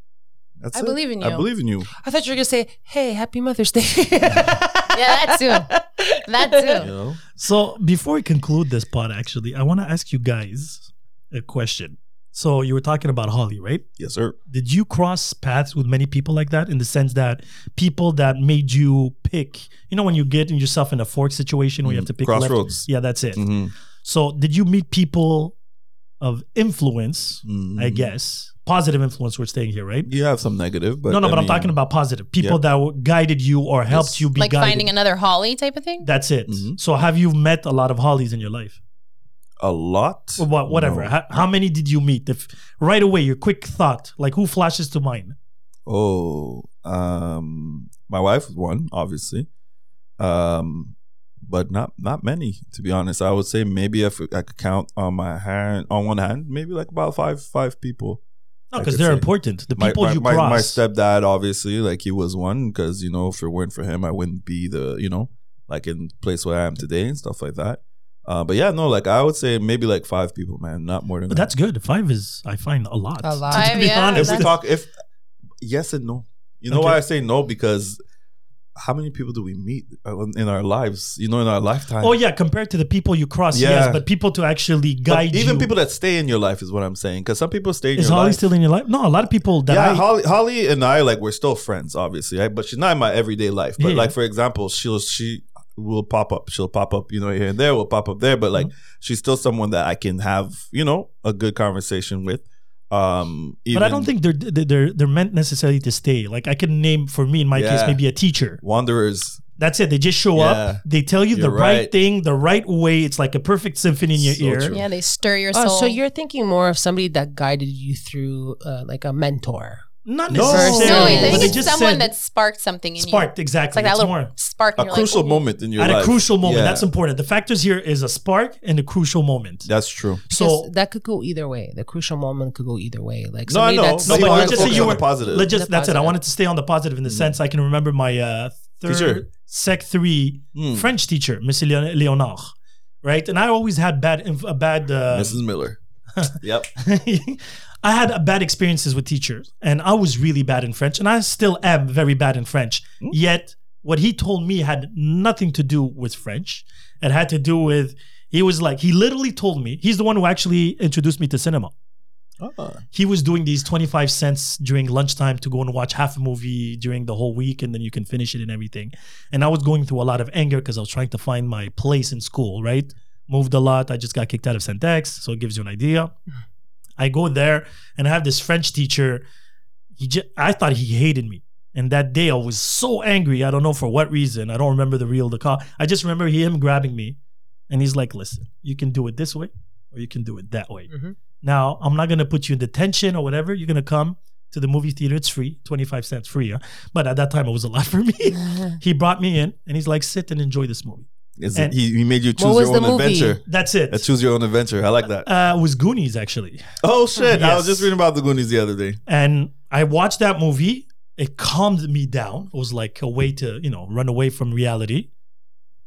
S4: That's
S2: I
S4: it.
S2: believe in
S4: I
S2: you.
S4: believe in you.
S5: I thought you were gonna say, "Hey, Happy Mother's Day."
S2: Yeah, that too. That
S4: You
S2: too.
S4: know.
S3: So before we conclude this pod, actually, I want to ask you guys a question. So you were talking about Holly, right?
S4: Yes, sir.
S3: Did you cross paths with many people like that in the sense that people that made you pick, you know, when you get yourself in a fork situation where you have to pick left-
S4: Mm, Crossroads.
S3: Yeah, that's it.
S4: hmm
S3: So did you meet people of influence,
S4: Mm-hmm.
S3: I guess, positive influence, we're staying here, right?
S4: You have some negative, but
S3: no, no,
S4: I
S3: but I'm
S4: mean,
S3: talking about positive people
S4: Yep.
S3: that were- guided you or helped
S4: Yes.
S3: you be
S2: Like
S3: guided.
S2: finding another Holly type of thing.
S3: That's it.
S4: Mhm.
S3: So have you met a lot of Hollies in your life?
S4: a lot.
S3: Or what, whatever.
S4: No.
S3: How, how many did you meet? If right away, your quick thought, like who flashes to mind?
S4: Oh, um, my wife was one, obviously, um, but not not many to be honest. I would say maybe if I could count on my hand on one hand, maybe like about five five people.
S3: No,
S4: I
S3: because
S4: could
S3: they're
S4: say.
S3: important. The people
S4: my,
S3: you
S4: my, my,
S3: cross.
S4: my stepdad, obviously, like he was one because you know if it weren't for him, I wouldn't be the you know like in the place where I am today and stuff like that. Uh, but yeah, no, like I would say maybe like five people, man, not more than
S3: But
S4: that.
S3: that's good. Five is, I find, a lot.
S5: A lot.
S3: To
S2: Five,
S3: be
S2: yeah,
S3: honest,
S4: if
S2: that's-
S4: we talk if yes and no you know
S3: Okay.
S4: why i say no because how many people do we meet uh, in our lives you know in our lifetime
S3: Oh yeah, compared to the people you cross, yes,
S4: Yeah.
S3: but people to actually
S4: But
S3: guide
S4: even
S3: you.
S4: people that stay in your life is what i'm saying because some people stay in
S3: is
S4: your
S3: Holly
S4: life
S3: still in your life? No, a lot of people that
S4: yeah
S3: I,
S4: holly, holly and i like we're still friends obviously right? but she's not in my everyday life but
S3: Yeah.
S4: like for example she'll she will pop up she'll pop up you know here and there will pop up there but like
S3: Mm-hmm.
S4: she's still someone that i can have you know a good conversation with um even
S3: but I don't think they're they're they're meant necessarily to stay. Like I can name for me in my case
S4: Yeah.
S3: maybe a teacher.
S4: wanderers
S3: That's it. They just show
S4: Yeah.
S3: up. They tell you the
S4: You're
S3: right.
S4: right.
S3: thing, the right way. It's like a perfect symphony in your
S4: So
S3: ear.
S4: true.
S2: Yeah, they stir your soul.
S5: oh, so you're thinking more of somebody that guided you through, uh, like a mentor.
S3: Not
S4: No.
S3: necessarily.
S2: No, I
S4: But
S2: think
S4: they
S2: it's someone that sparked something in
S3: sparked
S2: you. It's
S3: exactly.
S2: like
S3: It's
S2: that little
S3: more
S2: spark.
S4: a
S2: and you're
S4: crucial
S2: like, "Ooh."
S4: moment in your
S3: at
S4: life.
S3: a crucial moment.
S4: Yeah,
S3: That's important. The factors here is a spark and a crucial moment.
S4: That's true.
S5: So
S3: so
S5: that could go either way. The crucial moment could go either way. Like
S4: No, I
S5: somebody
S4: know.
S5: that's
S3: No, but
S4: you
S5: more
S4: wanna
S3: let's just say
S4: focus
S3: you
S4: on
S3: were-
S4: the positive.
S3: let's just
S5: The
S3: that's it. I
S5: positive.
S3: wanted to stay on the positive in the sense I can remember my uh, third
S4: Mm. Teacher.
S3: sec three
S4: Hmm.
S3: French teacher, Miss Leon- Leonard, right? And I always had bad inf- a bad uh,
S4: Mrs. Miller. yep.
S3: I had uh, bad experiences with teachers, and I was really bad in French, and I still am very bad in French. Yet, what he told me had nothing to do with French. It had to do with he was like he literally told me he's the one who actually introduced me to cinema.
S4: Ah.
S3: He was doing these twenty five cents during lunchtime to go and watch half a movie during the whole week, and then you can finish it and everything. And I was going through a lot of anger because I was trying to find my place in school. Right, moved a lot. I just got kicked out of Sentex, so it gives you an idea. I go there and I have this French teacher. He just, I thought he hated me. And that day I was so angry. I don't know for what reason. I don't remember the real the call. I just remember him grabbing me and he's like, listen, you can do it this way or you can do it that way.
S5: Mhm.
S3: Now, I'm not going to put you in detention or whatever. You're going to come to the movie theater. It's free, 25 cents free. Huh? But at that time, it was a lot for me. he brought me in and he's like, sit and enjoy this movie.
S4: Is
S3: And-
S4: it, he, he made you choose
S5: was
S4: your own
S5: the movie?
S4: adventure.
S3: That's it.
S4: Uh, choose your own adventure. I like that.
S3: Uh, it was Goonies, actually.
S4: Oh shit! I
S3: yes.
S4: was just reading about the Goonies the other day.
S3: And I watched that movie. It calmed me down. It was like a way to, you know, run away from reality.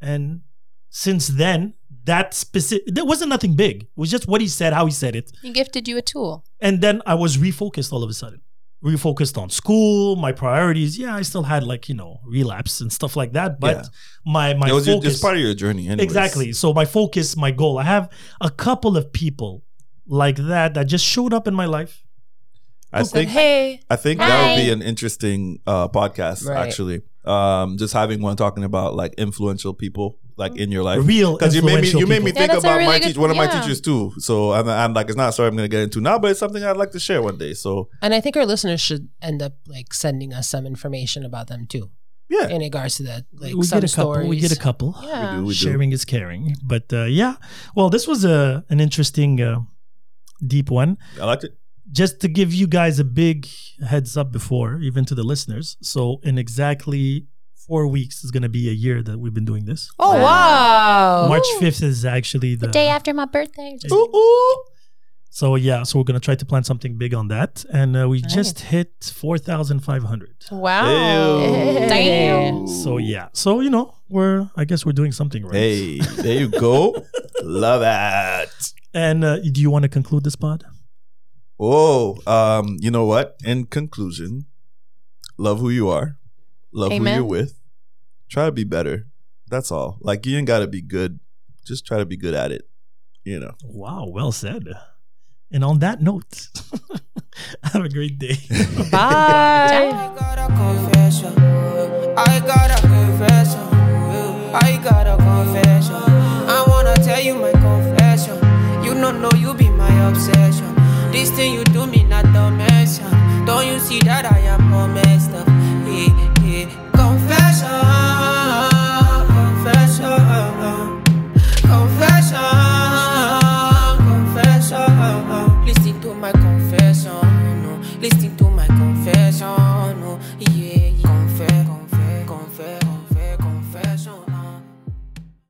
S3: And since then, that specific, there wasn't nothing big. It was just what he said, how he said it.
S2: He gifted you a tool.
S3: And then I was refocused all of a sudden. Refocused on school, my priorities. Yeah, I still had like, you know, relapse and stuff like that. But
S4: Yeah.
S3: my, my
S4: it was your,
S3: focus.
S4: it's part of your journey. Anyways.
S3: Exactly. So my focus, my goal. I have a couple of people like that that just showed up in my life.
S4: I
S5: Said,
S4: think.
S5: hey,
S4: I think that
S2: Hi.
S4: would be an interesting uh, podcast.
S5: Right.
S4: Actually, um, just having one talking about like influential people like in your life.
S3: Real
S4: because you made me
S3: influential
S4: you made me
S3: people.
S2: Yeah,
S4: think
S2: that's a
S4: about
S2: really
S4: my
S2: good-
S4: teach, one of my
S2: yeah.
S4: teachers too. So I'm, I'm like, it's not a story I'm going to get into now, but it's something I'd like to share one day. So
S5: and I think our listeners should end up like sending us some information about them too.
S4: Yeah.
S5: in regards to that. Like
S3: we
S5: some
S3: get a couple.
S5: stories.
S3: We get a couple.
S4: We do,
S2: Yeah.
S4: we do.
S3: Sharing is caring. But uh, yeah, well, this was a an interesting, uh, deep one.
S4: I like it.
S3: Just to give you guys a big heads up before, even to the listeners. So in exactly four weeks is going to be a year that we've been doing this.
S2: Oh wow.
S3: March fifth is actually the,
S2: Oh. day after my birthday.
S3: Ooh, ooh. So yeah, so we're gonna try to plan something big on that, and uh, we
S2: Nice.
S3: just hit four thousand five hundred.
S2: Wow.
S4: Oh.
S5: Ew.
S2: Damn.
S3: So yeah, so you know, we're I guess we're doing something right.
S4: Hey, there you go. Love that.
S3: And uh, do you want to conclude this pod?
S4: Oh, um, you know what? In conclusion, love who you are, love
S2: Amen.
S4: who you're with. Try to be better. That's all. Like you ain't gotta be good. Just try to be good at it. You know.
S3: Wow, well said. And on that note, have a great day.
S2: Bye.
S1: I got a confession. I got a confession. I got a confession. I wanna tell you my confession. You don't know you be my obsession. This thing you do me not the mention. Don't you see that I am all messed up? Hey, hey. uh, Confession, confession, confession. uh.